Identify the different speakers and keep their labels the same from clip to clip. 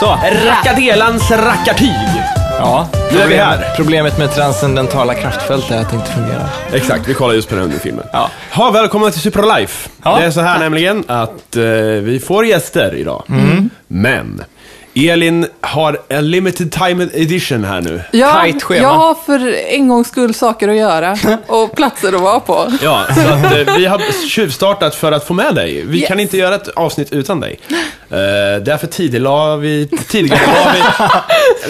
Speaker 1: Så, rackardelans rackartyg.
Speaker 2: Ja,
Speaker 1: Nu är vi
Speaker 2: problem-
Speaker 1: här.
Speaker 2: Problemet med transcendentala kraftfält är att det inte fungerar.
Speaker 1: Exakt, vi kollar just på den under filmen.
Speaker 2: Ja.
Speaker 1: Ha, välkomna till Superlife.
Speaker 2: Ja.
Speaker 1: Det är så här nämligen att eh, vi får gäster idag.
Speaker 2: Mm.
Speaker 1: Men Elin har en limited time edition här nu.
Speaker 3: Ja,
Speaker 2: Tajt schema.
Speaker 3: jag har för en gångs skull saker att göra och platser att vara på.
Speaker 1: Ja, så att, eh, vi har tjuvstartat för att få med dig. Vi
Speaker 3: Yes.
Speaker 1: kan inte göra ett avsnitt utan dig. Eh, därför tidigare la vi... Tidigare la vi,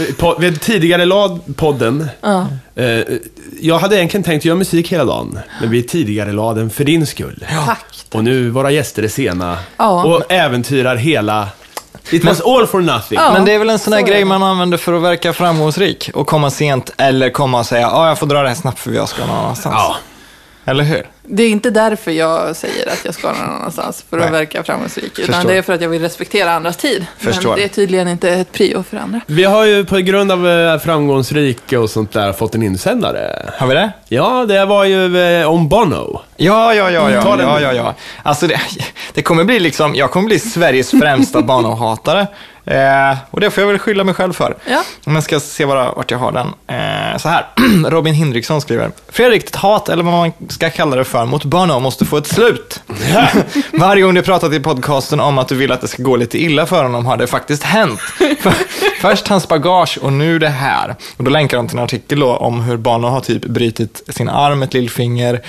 Speaker 1: eh, po, vi tidigare la podden. Eh, jag hade egentligen tänkt göra musik hela dagen, men vi tidigare la den för din skull.
Speaker 3: Tack.
Speaker 1: Och nu våra gäster är sena
Speaker 3: Ja.
Speaker 1: och äventyrar hela... It was all for nothing.
Speaker 3: Ja.
Speaker 2: Men det är väl en sån här
Speaker 3: så är
Speaker 2: grej
Speaker 3: det.
Speaker 2: man använder för att verka framgångsrik och komma sent eller komma och säga ja, jag får dra det här snabbt för jag ska någon annanstans.
Speaker 1: Ja.
Speaker 2: Eller hur?
Speaker 3: Det är inte därför jag säger att jag ska någon annanstans för att
Speaker 2: Nej.
Speaker 3: verka framgångsrik, utan
Speaker 2: Förstår.
Speaker 3: det är för att jag vill respektera andras tid.
Speaker 2: Förstår.
Speaker 3: Men det är tydligen inte ett prio för andra.
Speaker 1: Vi har ju på grund av eh, framgångsrik och sånt där fått en insändare.
Speaker 2: Har vi det?
Speaker 1: Ja, det var ju eh, om Bono.
Speaker 2: Ja, ja, ja, ja,
Speaker 1: Ta den.
Speaker 2: ja, ja, ja. Alltså det, det kommer bli liksom, jag kommer bli Sveriges främsta Bono-hatare. Eh, och det får jag väl skylla mig själv för.
Speaker 3: Ja.
Speaker 2: Men jag ska se bara vart jag har den. Eh, så här, Robin Hindriksson skriver. Fredrik, ditt hat, eller vad man ska kalla det för, mot Bono måste få ett slut. Varje gång du pratat i podcasten om att du vill att det ska gå lite illa för honom har det faktiskt hänt. För, först hans bagage och nu det här. Och då länkar de till en artikel då om hur Bono har typ brutit sin arm, ett lillfinger,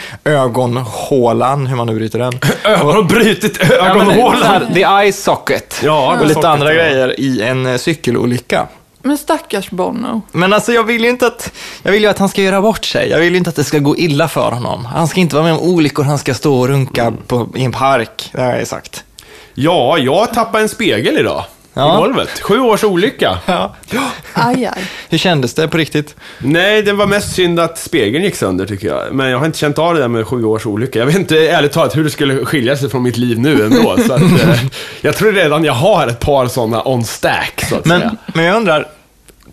Speaker 2: ögonhålan, hur man nu bryter den.
Speaker 1: Har de brutit
Speaker 2: Ja, men det- så
Speaker 1: ögonhålan?
Speaker 2: här, The eye socket.
Speaker 1: Ja,
Speaker 2: och
Speaker 1: det
Speaker 2: lite
Speaker 1: socket,
Speaker 2: andra
Speaker 1: ja.
Speaker 2: grejer i en eh, cykelolycka.
Speaker 3: Men stackars Bono.
Speaker 2: Men alltså jag vill ju inte att, jag vill ju att han ska göra bort sig. Jag vill ju inte att det ska gå illa för honom. Han ska inte vara med om olyckor, han ska stå och runka på, i en park. Det har jag ju sagt.
Speaker 1: Ja, jag tappade en spegel idag.
Speaker 2: Ja.
Speaker 1: På golvet. Sju års olycka.
Speaker 2: Ja.
Speaker 3: Aj, aj.
Speaker 2: Hur kändes det på riktigt?
Speaker 1: Nej, det var mest synd att spegeln gick sönder tycker jag. Men jag har inte känt av det där med sju års olycka. Jag vet inte ärligt talat hur det skulle skilja sig från mitt liv nu ändå. så att, eh, jag tror redan jag har ett par sådana on stack, så att säga.
Speaker 2: Men, men jag undrar,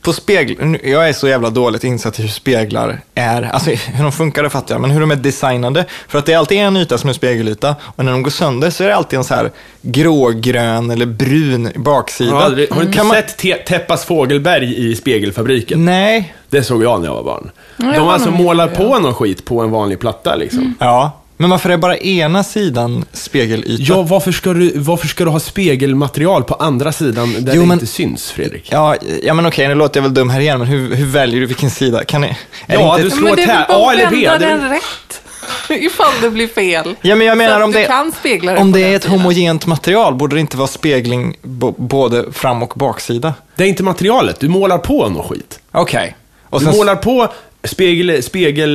Speaker 2: på spegel, nu- jag är så jävla dåligt insatt i hur speglar är, alltså hur de funkar det fattar jag, men hur de är designade. För att det är alltid en yta som är spegelyta och när de går sönder så är det alltid en så här grågrön eller brun baksida.
Speaker 1: Jag har, aldrig, har du inte
Speaker 2: Kan man-
Speaker 1: sett te- Teppas Fågelberg i Spegelfabriken?
Speaker 2: Nej.
Speaker 1: Det såg jag när jag var barn.
Speaker 3: jag
Speaker 1: De
Speaker 3: var
Speaker 1: alltså
Speaker 3: nog mindre,
Speaker 1: målar på någon skit på en vanlig platta liksom.
Speaker 2: Ja. Men varför är bara ena sidan spegelyta?
Speaker 1: Ja, varför ska, du, varför ska du ha spegelmaterial på andra sidan där
Speaker 2: Jo,
Speaker 1: det
Speaker 2: men-
Speaker 1: inte syns, Fredrik?
Speaker 2: Ja, ja men okej, nu låter jag väl dum här igen, men hur, hur väljer du vilken sida? Kan ni, är
Speaker 1: Ja,
Speaker 2: det
Speaker 1: du
Speaker 2: inte...
Speaker 1: slår
Speaker 3: Men det är väl
Speaker 1: tä- A
Speaker 3: bara
Speaker 1: eller
Speaker 3: att
Speaker 1: B,
Speaker 3: vända
Speaker 1: det är-
Speaker 3: den rätt, ifall det blir fel.
Speaker 2: ja, men jag menar
Speaker 3: Så
Speaker 2: om
Speaker 3: att du
Speaker 2: det,
Speaker 3: kan spegla det
Speaker 2: om
Speaker 3: på
Speaker 2: det
Speaker 3: den
Speaker 2: är ett
Speaker 3: sidan.
Speaker 2: homogent material, borde det inte vara spegling bo, både fram och baksida?
Speaker 1: Det är inte materialet, du målar på någon skit.
Speaker 2: Okej. Och
Speaker 1: Du
Speaker 2: sen,
Speaker 1: målar på spegel,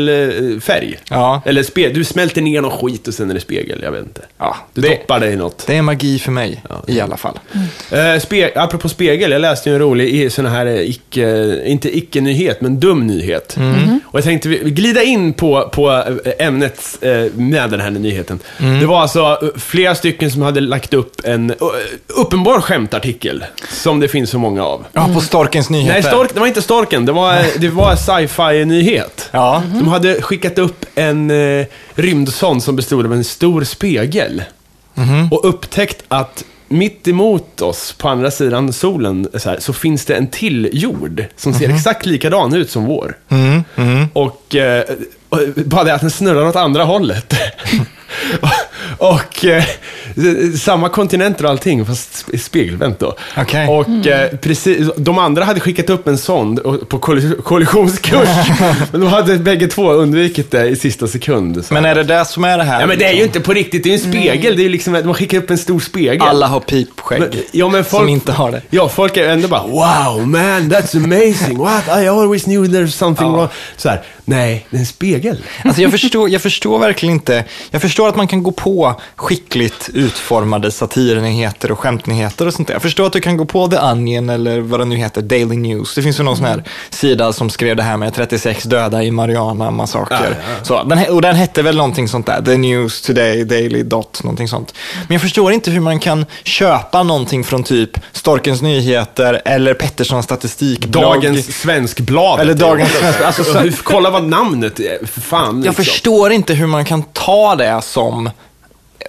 Speaker 1: spegelfärg.
Speaker 2: Ja.
Speaker 1: Eller spe, du smälter ner någon skit och sen är det spegel, jag vet inte.
Speaker 2: Ja,
Speaker 1: du
Speaker 2: det-
Speaker 1: doppar dig i något.
Speaker 2: det är magi för mig, i alla fall.
Speaker 1: Eh, spe, apropå spegel, jag läste ju en rolig i- sån här, eh, icke, inte icke-nyhet, men dum nyhet. Och jag tänkte vi- vi glida in på, på eh, ämnet eh, med den här nyheten. Det var alltså eh, flera stycken som hade lagt upp en eh, uppenbar skämtartikel, som det finns så många av.
Speaker 2: Ja, på Storkens nyheter.
Speaker 1: Nej, stork, det var inte Storken, det var, eh, det var sci-fi-nyhet.
Speaker 2: Ja.
Speaker 1: De hade skickat upp en eh, rymdsond som bestod av en stor spegel. Och upptäckt att mitt emot oss, på andra sidan solen, så, här, så finns det en till jord som ser exakt likadan ut som vår. Och, eh, och bara det att den snurrar åt andra hållet. och eh, samma kontinenter och allting, fast spegelvänt då.
Speaker 2: Okej.
Speaker 1: Och eh, precis, de andra hade skickat upp en sond och- på kolli- kollisionskurs. men de hade bägge två undvikit det i sista sekund. Så.
Speaker 2: Men är det det som är det här?
Speaker 1: ja, men det är ju inte på riktigt, det är ju en spegel. Det är ju liksom, man skickar upp en stor spegel.
Speaker 2: Alla har pipskägg
Speaker 1: Men- ja, men folk-
Speaker 2: som inte har det.
Speaker 1: Ja, folk är ändå bara “Wow, man, that's amazing, what, I always knew there's something wrong”. Så här, nej, det är en spegel.
Speaker 2: Alltså jag, förstår, jag förstår verkligen inte. Jag förstår att man kan gå på skickligt utformade satirnyheter och skämtnyheter och sånt där. Jag förstår att du kan gå på The Onion eller vad det nu heter, Daily News. Det finns ju någon sån här sida som skrev det här med 36 döda i Mariana-massaker. Så, den he- Och den hette väl någonting sånt där, The News Today, Daily Dot, någonting sånt. Men jag förstår inte hur man kan köpa någonting från typ Storkens Nyheter eller Petterssons statistikblogg.
Speaker 1: Dagens Svenskbladet.
Speaker 2: Eller Dagens Svenskblad. Alltså, så-
Speaker 1: kolla vad namnet är, för fan. liksom.
Speaker 2: Jag förstår inte hur man kan ta det som eh,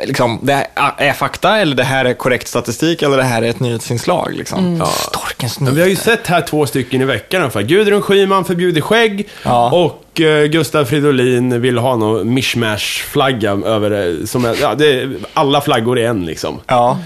Speaker 2: liksom, det här är fakta eller det här är korrekt statistik eller det här är ett nyhetsinslag. Liksom. Storkens vilken
Speaker 1: Mm. Men vi har
Speaker 2: snygg.
Speaker 1: ju sett här två stycken i veckan ungefär. Gudrun Schyman förbjuder skägg
Speaker 2: Ja.
Speaker 1: och eh, Gustav Fridolin vill ha någon mishmash-flagga över det. Som är, ja, det är, alla flaggor är en liksom.
Speaker 2: Ja.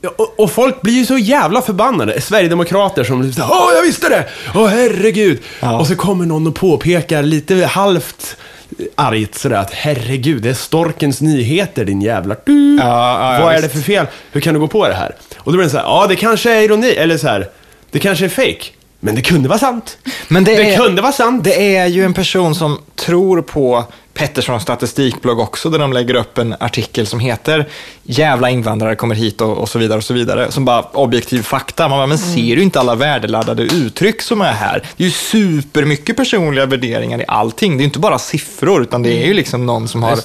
Speaker 1: Ja, Och, och folk blir ju så jävla förbannade. Sverigedemokrater som säger Åh, jag visste det! Åh, herregud!
Speaker 2: Ja.
Speaker 1: Och så kommer någon och påpekar lite halvt eh, argt sådär att herregud, det är Storkens nyheter din jävla du.
Speaker 2: Ja, ja,
Speaker 1: Vad är
Speaker 2: visst.
Speaker 1: det för fel? Hur kan du gå på det här? Och då blir det så här, ja det kanske är ironi, eller så här, det kanske är fake. Men det kunde vara sant.
Speaker 2: Men det är-
Speaker 1: kunde vara sant.
Speaker 2: Det är ju en person som tror på Petterssons statistikblogg också, där de lägger upp en artikel som heter “Jävla invandrare kommer hit” och, och så vidare och så vidare, som bara objektiv fakta. Man bara, men
Speaker 1: Mm.
Speaker 2: ser du inte alla värdeladdade uttryck som är här? Det är ju supermycket personliga värderingar i allting. Det är ju inte bara siffror, utan det
Speaker 1: Mm.
Speaker 2: är ju liksom någon som har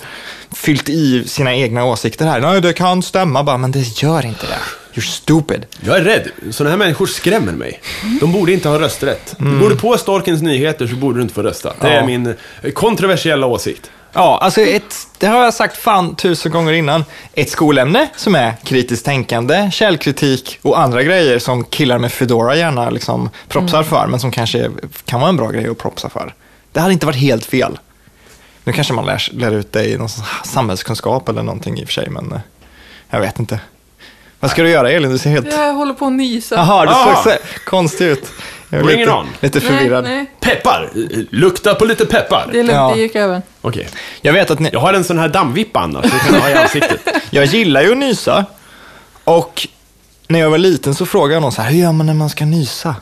Speaker 2: fyllt i sina egna åsikter här. Nej, det kan stämma, bara, men det gör inte det. You're stupid.
Speaker 1: Jag är rädd. Sådana här människor skrämmer mig. De borde inte ha rösträtt. Går du på Storkens nyheter så borde du inte få rösta. Det är
Speaker 2: Mm. Ja.
Speaker 1: min eh, kontroversiella åsikt.
Speaker 2: Ja, alltså ett, det har jag sagt fan tusen gånger innan. Ett skolämne som är kritiskt tänkande, källkritik och andra grejer som killar med Fedora gärna liksom propsar
Speaker 3: Mm.
Speaker 2: för, men som kanske kan vara en bra grej att propsa för. Det hade inte varit helt fel. Nu kanske man lär, lär ut det i någon sån här samhällskunskap eller någonting i och för sig, men eh, jag vet inte. Vad ska du göra Elin? Du ser helt...
Speaker 3: Jag håller på att nysa.
Speaker 2: Jaha, du
Speaker 1: Ah.
Speaker 2: såg så konstig ut. Jag är
Speaker 1: Bring it
Speaker 2: lite,
Speaker 1: on.
Speaker 2: lite förvirrad.
Speaker 3: Nej, nej.
Speaker 1: Peppar! Lukta på lite peppar.
Speaker 3: Det är lugnt,
Speaker 2: Ja.
Speaker 3: det gick över.
Speaker 1: Okej.
Speaker 2: Jag vet att ni,
Speaker 1: Jag har en sån här dammvippa annars, så jag kan ha i ansiktet.
Speaker 2: Jag gillar ju att nysa. Och när jag var liten så frågade jag någon så här, hur gör man när man ska nysa?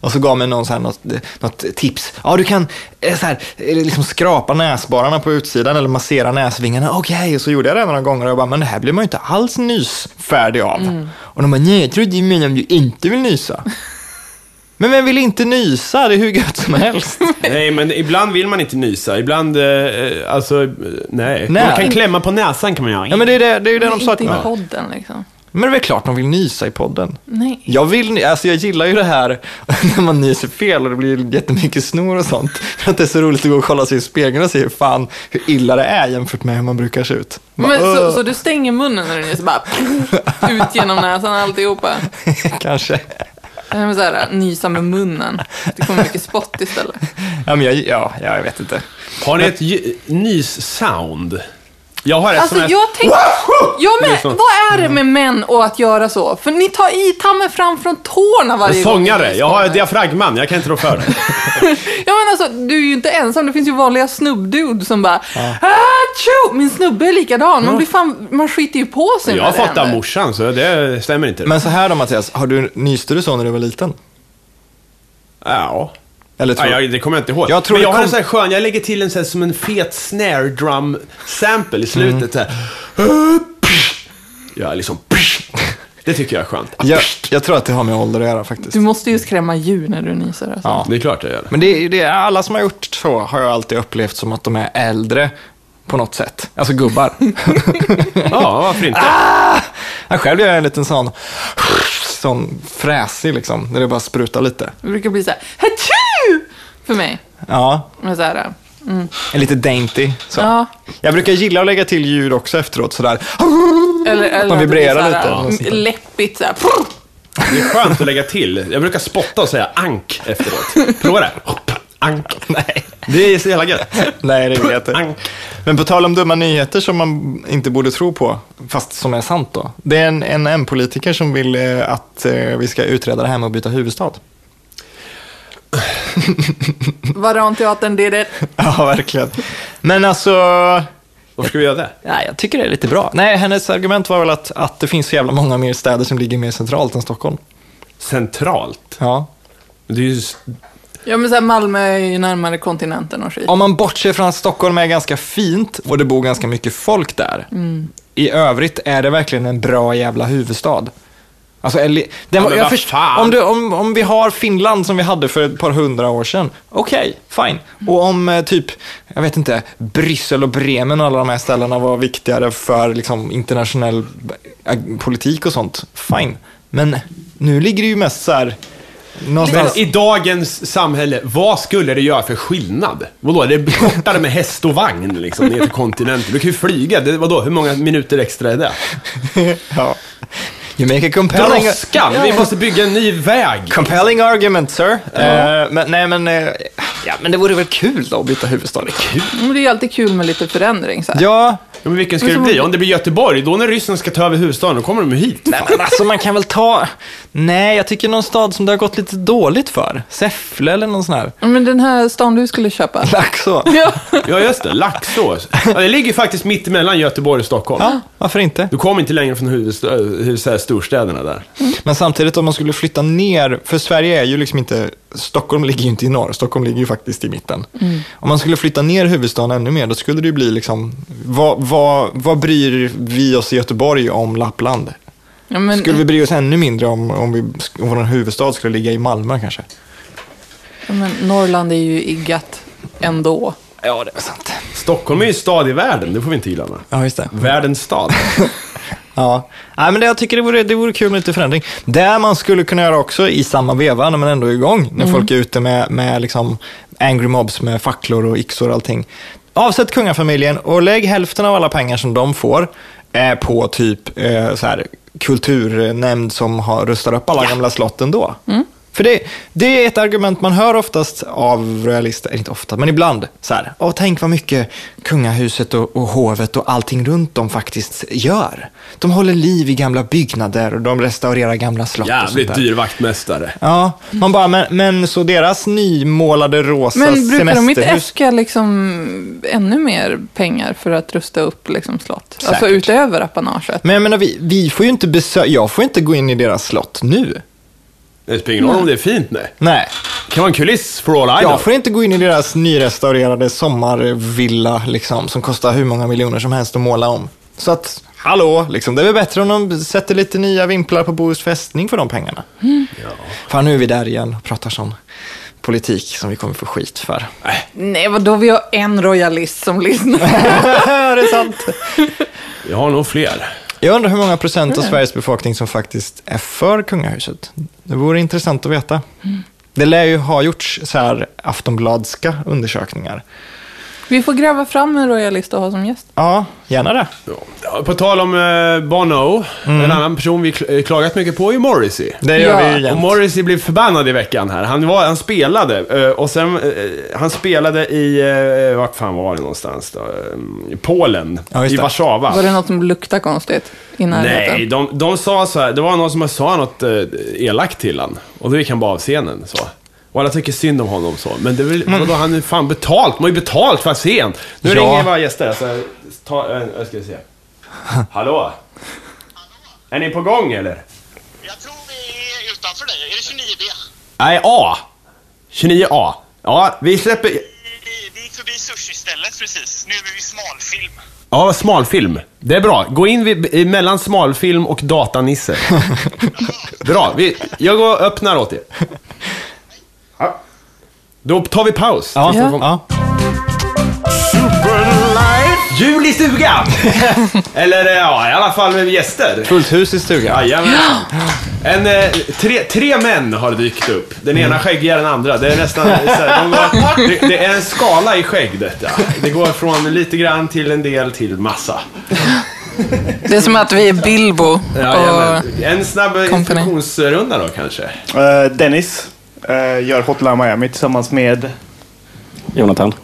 Speaker 2: Och så gav mig någon så här något, något tips. Ja, du kan eh, så här, eh, liksom skrapa näsborrarna på utsidan eller massera näsvingarna. Okej, och så gjorde jag det några gånger och jag bara, men det här blir man ju inte alls nysfärdig av. Och de bara, nej, jag trodde du menade om du inte vill nysa. men vem vill inte nysa? Det är hur gött som helst.
Speaker 1: Nej, men ibland vill man inte nysa. Ibland, eh, alltså, eh, nej.
Speaker 2: Nej.
Speaker 1: Man kan klämma på näsan kan man göra.
Speaker 2: ja, men det är det, det, är ju det de sa
Speaker 3: Inte
Speaker 2: till
Speaker 3: i
Speaker 2: mig.
Speaker 3: podden liksom.
Speaker 2: Men det är väl klart de vill nysa i podden.
Speaker 3: Nej.
Speaker 2: Jag, vill, alltså jag gillar ju det här när man nyser fel och det blir jättemycket snor och sånt. För att det är så roligt att gå och kolla sig i spegeln och se hur fan hur illa det är jämfört med hur man brukar se ut. Man
Speaker 3: Men,
Speaker 2: bara,
Speaker 3: så, så du stänger munnen när du nyser? Bara ut genom näsan alltihopa.
Speaker 2: "Åh." Kanske.
Speaker 3: Jag vill så här, nysa med munnen. Det kommer mycket spott istället.
Speaker 2: Ja, men jag, ja, ja, jag vet inte.
Speaker 1: Har ni ett ju- nys-sound? Jag har ett
Speaker 3: Alltså
Speaker 1: som är...
Speaker 3: jag tänker... Ja, men
Speaker 1: Liksom.
Speaker 3: vad är det med män och att göra så? För ni tar i tammen fram från tårna varje gång.
Speaker 1: Sångare!
Speaker 3: ni
Speaker 1: Jag har
Speaker 3: kommer.
Speaker 1: diafragman, jag kan inte rå för det.
Speaker 3: Ja men alltså, du är ju inte ensam. Det finns ju vanliga snubbdudes som bara "Achoo!" Min snubbe är likadan. Man, blir fan, man skiter ju på
Speaker 1: Jag
Speaker 3: sig när
Speaker 1: har
Speaker 3: det
Speaker 1: fått det av
Speaker 3: händer.
Speaker 1: morsan, så det stämmer inte.
Speaker 2: Men så här då Mattias, har du, nyste du så när du var liten?
Speaker 1: Ja.
Speaker 2: Eller tror
Speaker 1: Ja, jag, det kommer jag inte ihåg.
Speaker 2: Jag tror
Speaker 1: men
Speaker 2: det
Speaker 1: jag har
Speaker 2: kom-
Speaker 1: en sån här skön, jag lägger till en sån här som en fet snare drum sample i slutet.
Speaker 2: Mm.
Speaker 1: Så här. Ja, liksom. Det tycker jag är skönt.
Speaker 2: jag, jag tror att det har med ålder att göra faktiskt.
Speaker 3: Du måste ju skrämma djur när du nyser. Alltså.
Speaker 2: Ja.
Speaker 1: Det är klart jag gör det.
Speaker 2: Men det, det är alla som har gjort så har jag alltid upplevt som att de är äldre på något sätt. Alltså gubbar.
Speaker 1: Ja, varför inte?
Speaker 2: Jag Ah! själv gör en liten sån, sån fräsig liksom, när det bara sprutar lite.
Speaker 3: Det brukar bli så här "Achoo!" för mig.
Speaker 2: Ja,
Speaker 3: Men så här,
Speaker 2: en lite dainty. Så.
Speaker 3: Ja.
Speaker 2: Jag brukar gilla att lägga till ljud också efteråt, sådär.
Speaker 3: eller, eller att det
Speaker 2: Man
Speaker 3: blir
Speaker 2: vibrerar
Speaker 3: så
Speaker 2: lite.
Speaker 3: här,
Speaker 2: eller något sånt där.
Speaker 3: Läppigt så här. "Prr!"
Speaker 1: Det är skönt att lägga till. Jag brukar spotta och säga ank efteråt. Prova det. Hopp, Ank. Nej. Det är så jävla gött.
Speaker 2: Nej, det vill jag inte.
Speaker 1: Ank.
Speaker 2: Men på tal om dumma nyheter som man inte borde tro på, fast som är sant då. Det är en, en M-politiker som vill eh, att eh, vi ska utreda det här med att byta huvudstad.
Speaker 3: Varanteatern did it.
Speaker 2: Ja, verkligen. Men alltså,
Speaker 1: Varför ska vi göra det?
Speaker 2: nej, jag tycker det är lite bra. Nej, hennes argument var väl att, att det finns så jävla många mer städer som ligger mer centralt än Stockholm.
Speaker 1: Centralt.
Speaker 2: Ja,
Speaker 1: Det är ju... s-
Speaker 3: Ja men så här, Malmö är ju närmare kontinenten och skit.
Speaker 2: Om man bortser från att Stockholm är ganska fint och det bor ganska mycket folk där. I övrigt är det verkligen en bra jävla huvudstad. Alltså, eller, den, var-
Speaker 1: men
Speaker 2: jag
Speaker 1: vad
Speaker 2: först,
Speaker 1: fan?
Speaker 2: om, du, om, om vi har Finland som vi hade för ett par hundra år sedan, okej, fine. Och om eh, typ, jag vet inte, Bryssel och Bremen och alla de här ställena var viktigare för liksom, internationell eh, politik och sånt, fine. Men nu ligger det ju mest så här,
Speaker 1: Men
Speaker 2: någonstans...
Speaker 1: i dagens samhälle, vad skulle det göra för skillnad? Vadå, det är kortare med häst och vagn liksom, ner till kontinenten. Du kan ju flyga, det, vadå, hur många minuter extra är det?
Speaker 2: ja. You make a compelling...
Speaker 1: Brådskan! Vi måste bygga en ny väg.
Speaker 2: Compelling argument, sir. Eh, men, nej, men, eh, ja, men det vore väl kul då att byta huvudstad? Det är kul.
Speaker 3: Men det är ju alltid kul med lite förändring så här.
Speaker 2: Ja,
Speaker 1: Ja, men vilken ska det bli? Om det blir Göteborg, då när ryssen ska ta över huvudstaden, då kommer de ju hit.
Speaker 2: nej, men alltså man kan väl ta... Nej, jag tycker någon stad som det har gått lite dåligt för. Säffle eller någon sån här.
Speaker 3: Men den här stan du skulle köpa.
Speaker 2: Laxå.
Speaker 3: Ja.
Speaker 1: Ja, just det. Laxås. Ja, det ligger ju faktiskt mitt emellan Göteborg och Stockholm.
Speaker 2: Ja, varför inte?
Speaker 1: Du kommer inte längre från huvudstö- hur så här, eh, storstäderna där.
Speaker 2: Men samtidigt om man skulle flytta ner, för Sverige är ju liksom inte, Stockholm ligger ju inte i norr, Stockholm ligger ju faktiskt i mitten. Om man skulle flytta ner huvudstaden ännu mer, då skulle det ju bli liksom, vad, vad, vad bryr vi oss i Göteborg om Lappland?
Speaker 3: Ja, men,
Speaker 2: Skulle vi bry oss ännu mindre om, om, vi, om vår huvudstad skulle ligga i Malmö kanske?
Speaker 3: ja, men Norrland är ju iggat ändå.
Speaker 2: Ja, det är sant.
Speaker 1: Stockholm är ju stad i världen, det får vi inte glömma.
Speaker 2: Ja, just det.
Speaker 1: Världens stad.
Speaker 2: Ja, Nej, men det, jag tycker det vore, det vore kul med lite förändring. Det man skulle kunna göra också i samma veva när man ändå är igång, när folk är ute med, med liksom angry mobs med facklor och yxor och allting. Avsätt kungafamiljen och lägg hälften av alla pengar som de får eh, på typ eh, så här, kulturnämnd som har, rustar upp alla gamla slott ändå. För det, det är ett argument man hör oftast av royalister, eller inte ofta, men ibland. Så här, Åh, tänk vad mycket kungahuset och, och hovet och allting runt dem faktiskt gör. De håller liv i gamla byggnader och de restaurerar gamla slott och sånt
Speaker 1: Jävligt
Speaker 2: där.
Speaker 1: dyr vaktmästare.
Speaker 2: Ja, man bara, men, men så deras nymålade rosa
Speaker 3: Men brukar de inte
Speaker 2: semesterhus-
Speaker 3: äska liksom ännu mer pengar för att rusta upp liksom slott? Alltså
Speaker 2: Säkert.
Speaker 3: utöver apanaget.
Speaker 2: Men jag menar, vi, vi får ju inte besöka, jag får inte gå in i deras slott nu.
Speaker 1: Det spelar ingen roll om det är fint, nej.
Speaker 2: Nej,
Speaker 1: Det kan vara en kuliss for all I know.
Speaker 2: jag får inte gå in i deras nyrestaurerade sommarvilla liksom, som kostar hur många miljoner som helst att måla om. Så att, hallå, liksom, det är väl bättre om de sätter lite nya vimplar på Bohus fästning för de pengarna. Fan, nu är vi där igen och pratar sån politik som vi kommer få skit för.
Speaker 3: Nej, vadå? Vi har en royalist som lyssnar.
Speaker 2: det är sant.
Speaker 1: Jag har nog fler.
Speaker 2: Jag undrar hur många procent av Sveriges befolkning som faktiskt är för kungahuset. Det vore intressant att veta. Det lär ju ha gjorts så här aftonbladska undersökningar.
Speaker 3: Vi får gräva fram en royalist och ha som gäst.
Speaker 2: Ja, gärna det.
Speaker 1: Ja, På tal om eh, Bono, en annan person vi kl- eh, klagat mycket på är Morrissey.
Speaker 2: Mm. Det gör vi
Speaker 3: Ja.
Speaker 2: ju
Speaker 1: Och
Speaker 2: jämt.
Speaker 1: Morrissey blev förbannad i veckan här. Han, var, han spelade eh, och sen, eh, han spelade i, eh, vart fan var det någonstans då? Eh, I Polen,
Speaker 2: Ja, just
Speaker 1: i
Speaker 2: det.
Speaker 1: Warszawa.
Speaker 3: Var det något som luktade konstigt i närheten?
Speaker 1: Nej, de, de sa så här, det var någon som sa något eh, elakt till han och då gick han bara av scenen så. Och alla tycker synd om honom så. Men det är väl, vadå, han är fan betalt, man har ju betalt för att se en. Nu
Speaker 2: Ja.
Speaker 1: ringer våra gäster så ta, eh, jag ska se. Hallå? Är ni på gång eller?
Speaker 4: Jag tror vi är utanför dig. Är det 29B?
Speaker 1: Nej, A. 29A. Ja, vi släpper...
Speaker 4: Vi, vi gick förbi sushi-stället precis. Nu är vi vid smalfilm.
Speaker 1: Ja, smalfilm. Det är bra. Gå in vid, i- mellan smalfilm och datanisse. bra. Vi, jag går och öppnar åt er. Ja. Då tar vi paus.
Speaker 2: Ja,
Speaker 3: Ja.
Speaker 2: ja.
Speaker 1: Jul i stugan! Eller eh, ja, i alla fall med gäster.
Speaker 2: Fullt hus i stugan.
Speaker 1: Jajamensan. En, eh, tre, tre män har dykt upp. Den ena skäggigare än den andra. Det är nästan så här, de går, det, det är en skala i skägg detta. Det går från lite grann till en del till massa.
Speaker 3: Det är som att vi är Bilbo.
Speaker 1: Ja,
Speaker 3: och...
Speaker 1: en snabb
Speaker 3: Company.
Speaker 1: introduktionsrunda då kanske.
Speaker 5: Eh, Dennis eh, gör Hotline Miami tillsammans med...
Speaker 6: Jonathan.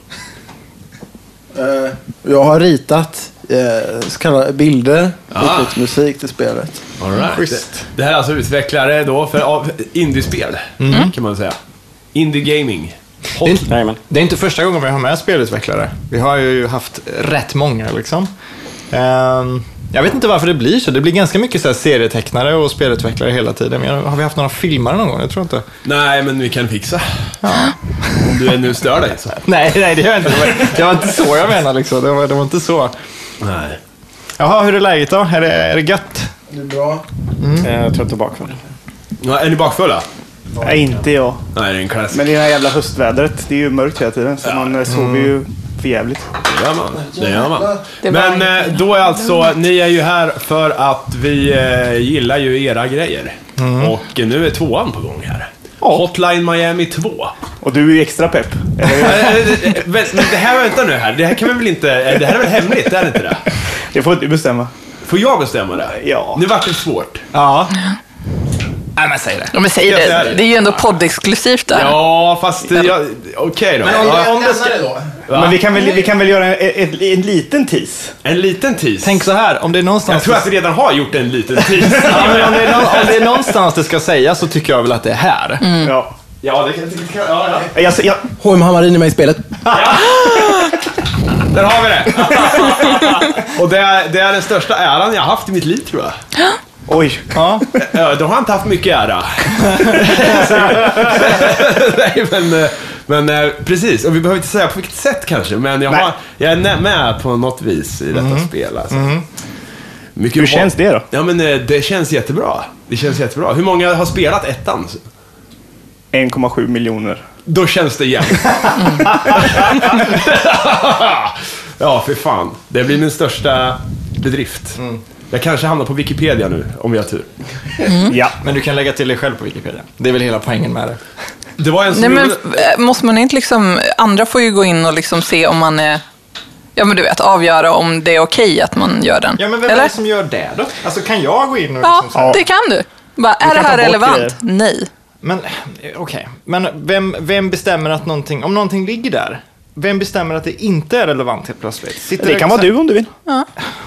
Speaker 7: Eh, Jag har ritat eh, så kallade bilder och gjort musik till spelet.
Speaker 1: All right.
Speaker 2: Schysst.
Speaker 1: Det här är alltså utvecklare då för av indiespel,
Speaker 3: Mm.
Speaker 1: kan man säga. Indie gaming. Hot.
Speaker 6: Jajamän.
Speaker 2: Det är inte första gången vi har med spelutvecklare. Vi har ju haft rätt många liksom. Ehm, jag vet inte varför det blir så. Det blir ganska mycket så här serietecknare och spelutvecklare hela tiden. Men jag- har vi haft några filmare någon gång? Jag tror inte.
Speaker 1: Nej, men vi kan fixa. Om du nu stör dig så.
Speaker 2: Nej, nej det gör jag inte. Det var, det var inte så jag menar liksom. Det var, det var inte så.
Speaker 1: Nej.
Speaker 2: Jaha, hur är läget då? Är det, är det gött?
Speaker 7: Det är bra.
Speaker 6: Eh, Jag tror tillbaka.
Speaker 1: Ja, är ni bakfulla?
Speaker 5: Nej, inte jag.
Speaker 1: Nej, det är en klassiker.
Speaker 5: Men det är det här jävla höstvädret. Det är ju mörkt hela tiden. Så man eh, sover ju för jävligt.
Speaker 1: Det gör man. Det gör man.
Speaker 3: Det var
Speaker 1: Men
Speaker 3: inte-
Speaker 1: eh, då är alltså, ni är ju här för att vi eh, gillar ju era grejer.
Speaker 3: Mm.
Speaker 1: Och eh, nu är tvåan på gång här. Hotline Miami 2.
Speaker 5: Och du är ju extra pepp. Eller hur?
Speaker 1: Eh, eh, eh, Men men det här, vänta nu här. Det här kan vi väl inte... eh, Det här är väl hemligt? Är det inte det?
Speaker 5: Det får du bestämma.
Speaker 1: Får jag bestämma det?
Speaker 5: Ja.
Speaker 1: Nu vart det svårt.
Speaker 2: Ja. Nej, men säg det.
Speaker 3: Ja, men säg
Speaker 1: Jag säger
Speaker 3: det.
Speaker 1: det.
Speaker 3: Det är ju ändå poddexklusivt där.
Speaker 1: Ja, fast
Speaker 2: eh,
Speaker 1: jag... Okej då.
Speaker 7: Om,
Speaker 1: Ja,
Speaker 7: om det ska... då.
Speaker 5: Men vi kan väl, vi kan väl göra en, en, en liten tease?
Speaker 1: en liten tis.
Speaker 2: Tänk så här, om det är någonstans...
Speaker 1: Jag tror att vi redan har gjort en liten tis.
Speaker 2: Ja, men om, det är någon, om det är någonstans det ska sägas så tycker jag väl att det är här.
Speaker 7: Mm.
Speaker 5: Ja.
Speaker 1: ja, det kan... det kan- Ja, ja.
Speaker 5: Jag, jag,
Speaker 7: HM Hammarin är med i spelet.
Speaker 1: Där har vi det. Och det är, det är den största äran jag har haft i mitt liv, tror jag.
Speaker 5: oj.
Speaker 2: Ja.
Speaker 1: Ja, då har jag inte haft mycket ära. Nej, men, eh, men eh, precis. Och vi behöver inte säga på vilket sätt kanske, men jag,
Speaker 5: Nej. Mhm.
Speaker 1: har, jag är nä- med på något vis i detta spel. Alltså. Mycket
Speaker 5: Hur känns det då?
Speaker 1: Ja, men eh, det känns jättebra. Det känns jättebra. Hur många har spelat ettan?
Speaker 5: 1,7 miljoner.
Speaker 1: Då känns det jämnt. ja, för fan. Det blir min största bedrift.
Speaker 5: Mm.
Speaker 1: Jag kanske hamnar på Wikipedia nu, om vi har tur.
Speaker 5: Ja.
Speaker 2: Men du kan lägga till dig själv på Wikipedia. Det är väl hela poängen med det.
Speaker 1: Det var en som
Speaker 3: Nej, men
Speaker 1: gjorde-
Speaker 3: eh, måste man inte liksom... Andra får ju gå in och liksom se om man är... Ja, men du vet, avgöra om det är okej att man gör den.
Speaker 2: Ja, men vem
Speaker 3: Eller?
Speaker 2: är det som gör det då? Alltså kan jag gå in och
Speaker 3: Ja,
Speaker 2: liksom så här-
Speaker 3: det kan du. Bara, är det
Speaker 5: kan ta
Speaker 3: här
Speaker 5: bort
Speaker 3: relevant?
Speaker 5: grejer.
Speaker 3: Nej.
Speaker 2: Men eh, okej, men vem, vem bestämmer att någonting, om någonting ligger där, vem bestämmer att det inte är relevant helt plötsligt? Sitter
Speaker 5: Det kan vara
Speaker 2: så här-
Speaker 5: du om du vill.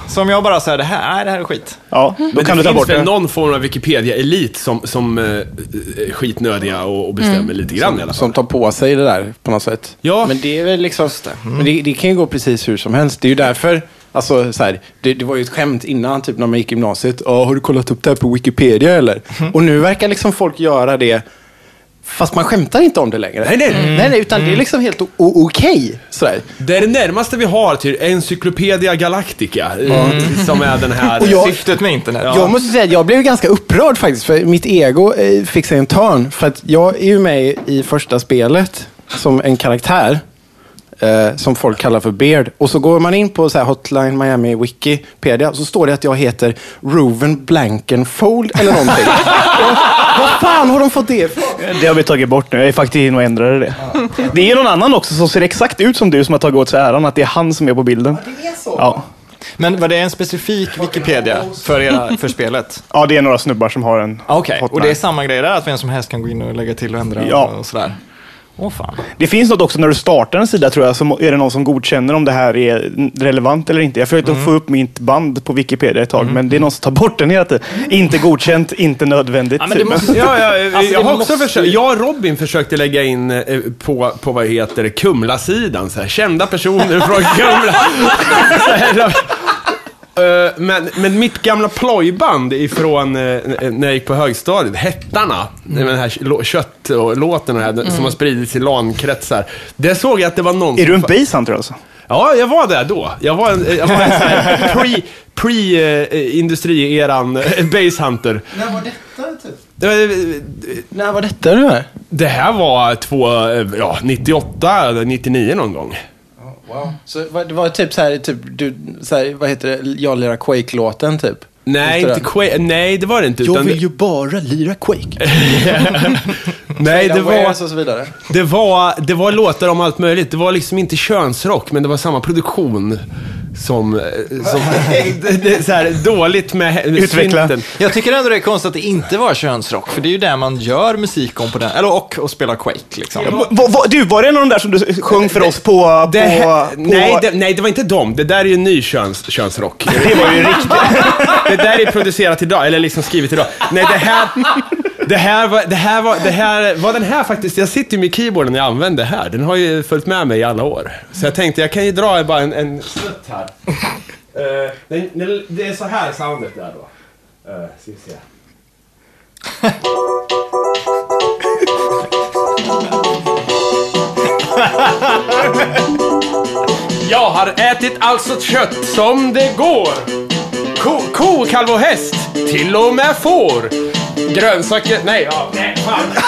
Speaker 2: Så om jag bara säger det här, nej det här är skit.
Speaker 5: Ja, då
Speaker 1: Men
Speaker 5: kan
Speaker 1: det
Speaker 5: du ta
Speaker 1: finns
Speaker 5: bort
Speaker 1: väl
Speaker 5: det.
Speaker 1: någon form av Wikipedia-elit som, som eh, är skitnödiga och, och bestämmer lite grann i alla fall.
Speaker 7: Som tar på sig det där på något sätt.
Speaker 1: Ja.
Speaker 7: Men det är väl liksom... Men det, det kan ju gå precis hur som helst. Det är ju därför... Alltså, så här, det, det var ju ett skämt innan, typ när man gick i gymnasiet. Ja, har du kollat upp det här på Wikipedia eller?
Speaker 1: Mhm.
Speaker 7: Och nu verkar liksom folk göra det, fast man skämtar inte om det längre. Nej, nej,
Speaker 1: Mm.
Speaker 7: nej, nej utan det är liksom helt o- o- okej. Okay,
Speaker 1: Det är det närmaste vi har till Encyclopedia Galactica, eh, som är den här...
Speaker 7: Och jag-
Speaker 2: Syftet med internet.
Speaker 7: Jag måste säga att jag blev ganska upprörd faktiskt, för mitt ego eh, fick sig en törn. För att jag är ju med i första spelet som en karaktär. Eh, som folk kallar för Beard. Och så går man in på så här Hotline Miami Wikipedia så står det att jag heter Ruven Blankenfold eller någonting. Och Vad fan har de fått det ifrån?
Speaker 5: Det har vi tagit bort nu. Jag är faktiskt inne och ändrade det. Det är ju någon annan också som ser exakt ut som du som har tagit åt sig äran att det är han som är på bilden. Ja,
Speaker 2: Men var det en specifik Wikipedia för, era, för spelet?
Speaker 5: ja det är några snubbar som har en
Speaker 2: Ah, Okej, och
Speaker 5: hotline.
Speaker 2: det är samma grej där, att vem som helst kan gå in och lägga till och ändra
Speaker 5: Ja.
Speaker 2: och sådär. Åh fan.
Speaker 5: Det finns något också när du startar en sida tror jag, så är det någon som godkänner om det här är relevant eller inte. Jag försökte
Speaker 2: Mm.
Speaker 5: få upp mitt band på Wikipedia ett tag, men det är någon som tar bort den hela tiden. Inte godkänt, inte nödvändigt.
Speaker 2: Ja, men det
Speaker 5: typ.
Speaker 2: måste-
Speaker 1: Ja, ja, eh,
Speaker 2: Alltså,
Speaker 1: jag,
Speaker 2: det
Speaker 1: har också
Speaker 2: måste ju-
Speaker 1: försökt, jag och Robin försökte lägga in eh, på, på vad heter det, Kumla-sidan, så här, kända personer från Kumla. Så här, eh, men, men mitt gamla plojband ifrån eh, när jag gick på högstadiet, Hettarna,
Speaker 2: Mm.
Speaker 1: med den här lo- kött och låten och det här, som har spridits i lankretsar. Där såg jag att det var någon
Speaker 5: Är
Speaker 1: som
Speaker 5: du en basehanter alltså?
Speaker 1: Ja, jag var där då. Jag var en, jag var en sån här pre, pre eh, industrieran eh, basehunter.
Speaker 7: När var detta typ?
Speaker 1: Eh,
Speaker 7: När var detta du är?
Speaker 1: Det här var två, eh, ja, 98 eller 99 någon gång.
Speaker 7: Wow. Så det var- det var typ så här, typ, du, så här vad heter det, jag lirar Quake-låten typ?
Speaker 1: Nej,
Speaker 7: Just det
Speaker 1: inte Quake. Nej, det var det inte.
Speaker 7: Jag
Speaker 1: Utan
Speaker 7: vill ju bara lira Quake.
Speaker 1: nej, det var,
Speaker 7: Och så vidare.
Speaker 1: det, var, det var låtar om allt möjligt. Det var liksom inte könsrock, men det var samma produktion som... eh, som det, det, är så här, dåligt med med
Speaker 5: Utveckla.
Speaker 1: synten.
Speaker 2: Jag tycker ändå det är konstigt att det inte var könsrock, för det är ju där man gör musik om på den, eller och, och spelar Quake liksom.
Speaker 5: Va, va, du, var det någon där som du sjöng för oss på... på,
Speaker 1: Det, här-
Speaker 5: på
Speaker 1: nej, det, nej, det var inte dem. Det där är ju ny köns, könsrock. Det var ju riktigt. det där är producerat idag, eller liksom skrivet idag. Nej, det här... Det här var, det här var, det här var den här faktiskt, jag sitter ju med keyboarden jag använder här. Den har ju följt med mig i alla år. Så jag tänkte, jag kan ju dra bara en, en snutt här. Eh, den, den, det är så här soundet där då. Uh, ska vi se. Jag har ätit alltså kött som det går. Ko, ko kalv och häst, till och med får. Grönsaker, nej, ja, nej, fan.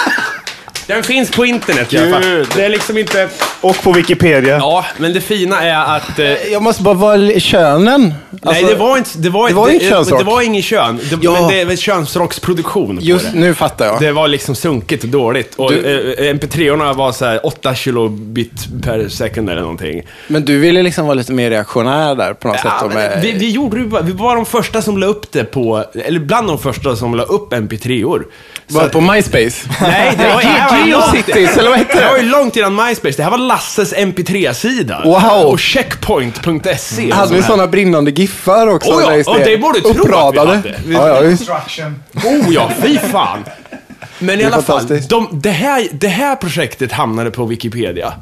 Speaker 1: Den finns på internet i alla fall.
Speaker 2: Gud.
Speaker 1: Det är liksom inte...
Speaker 5: Och på Wikipedia.
Speaker 1: Ja, men det fina är att... Eh,
Speaker 7: Jag måste bara, vad könen? Alltså,
Speaker 1: nej, det var inte... Det var,
Speaker 7: det var ju en könsrock.
Speaker 1: Det var ingen kön. Det,
Speaker 7: Ja.
Speaker 1: Men det är väl könsrocksproduktion på
Speaker 7: Just
Speaker 1: det.
Speaker 7: nu fattar jag.
Speaker 1: Det var liksom sunkigt och dåligt. Och
Speaker 7: Du-
Speaker 1: eh, mp3orna var så här 8 kilobit per sekund eller någonting.
Speaker 7: Men du ville liksom vara lite mer reaktionär där på något
Speaker 1: Ja,
Speaker 7: sätt.
Speaker 1: men
Speaker 7: Med...
Speaker 1: vi, vi, gjorde, ju bara- vi var de första som la upp det på, eller bland de första som la upp mp3or. Så
Speaker 7: Var
Speaker 1: att-
Speaker 7: på MySpace?
Speaker 1: Nej, det var, det här var ju långt-
Speaker 7: Geocities, eller vad hette
Speaker 1: det?
Speaker 7: det?
Speaker 1: var ju långt innan MySpace. Det här var Lasses mp3-sida.
Speaker 7: Wow.
Speaker 1: Och checkpoint.se. och
Speaker 7: Hade
Speaker 1: sådär.
Speaker 7: vi sådana brinnande giffar också?
Speaker 1: Alltså, Oh ja,
Speaker 7: längs
Speaker 1: och
Speaker 7: ner?
Speaker 1: det borde du tro att vi
Speaker 7: Uppradade.
Speaker 1: hade. Vi-
Speaker 7: Ja, ja, visst.
Speaker 6: Destruction.
Speaker 1: Oh ja, fy fan. Men i
Speaker 7: är
Speaker 1: alla fall,
Speaker 7: fantastiskt.
Speaker 1: de, det, här, det här projektet hamnade på Wikipedia.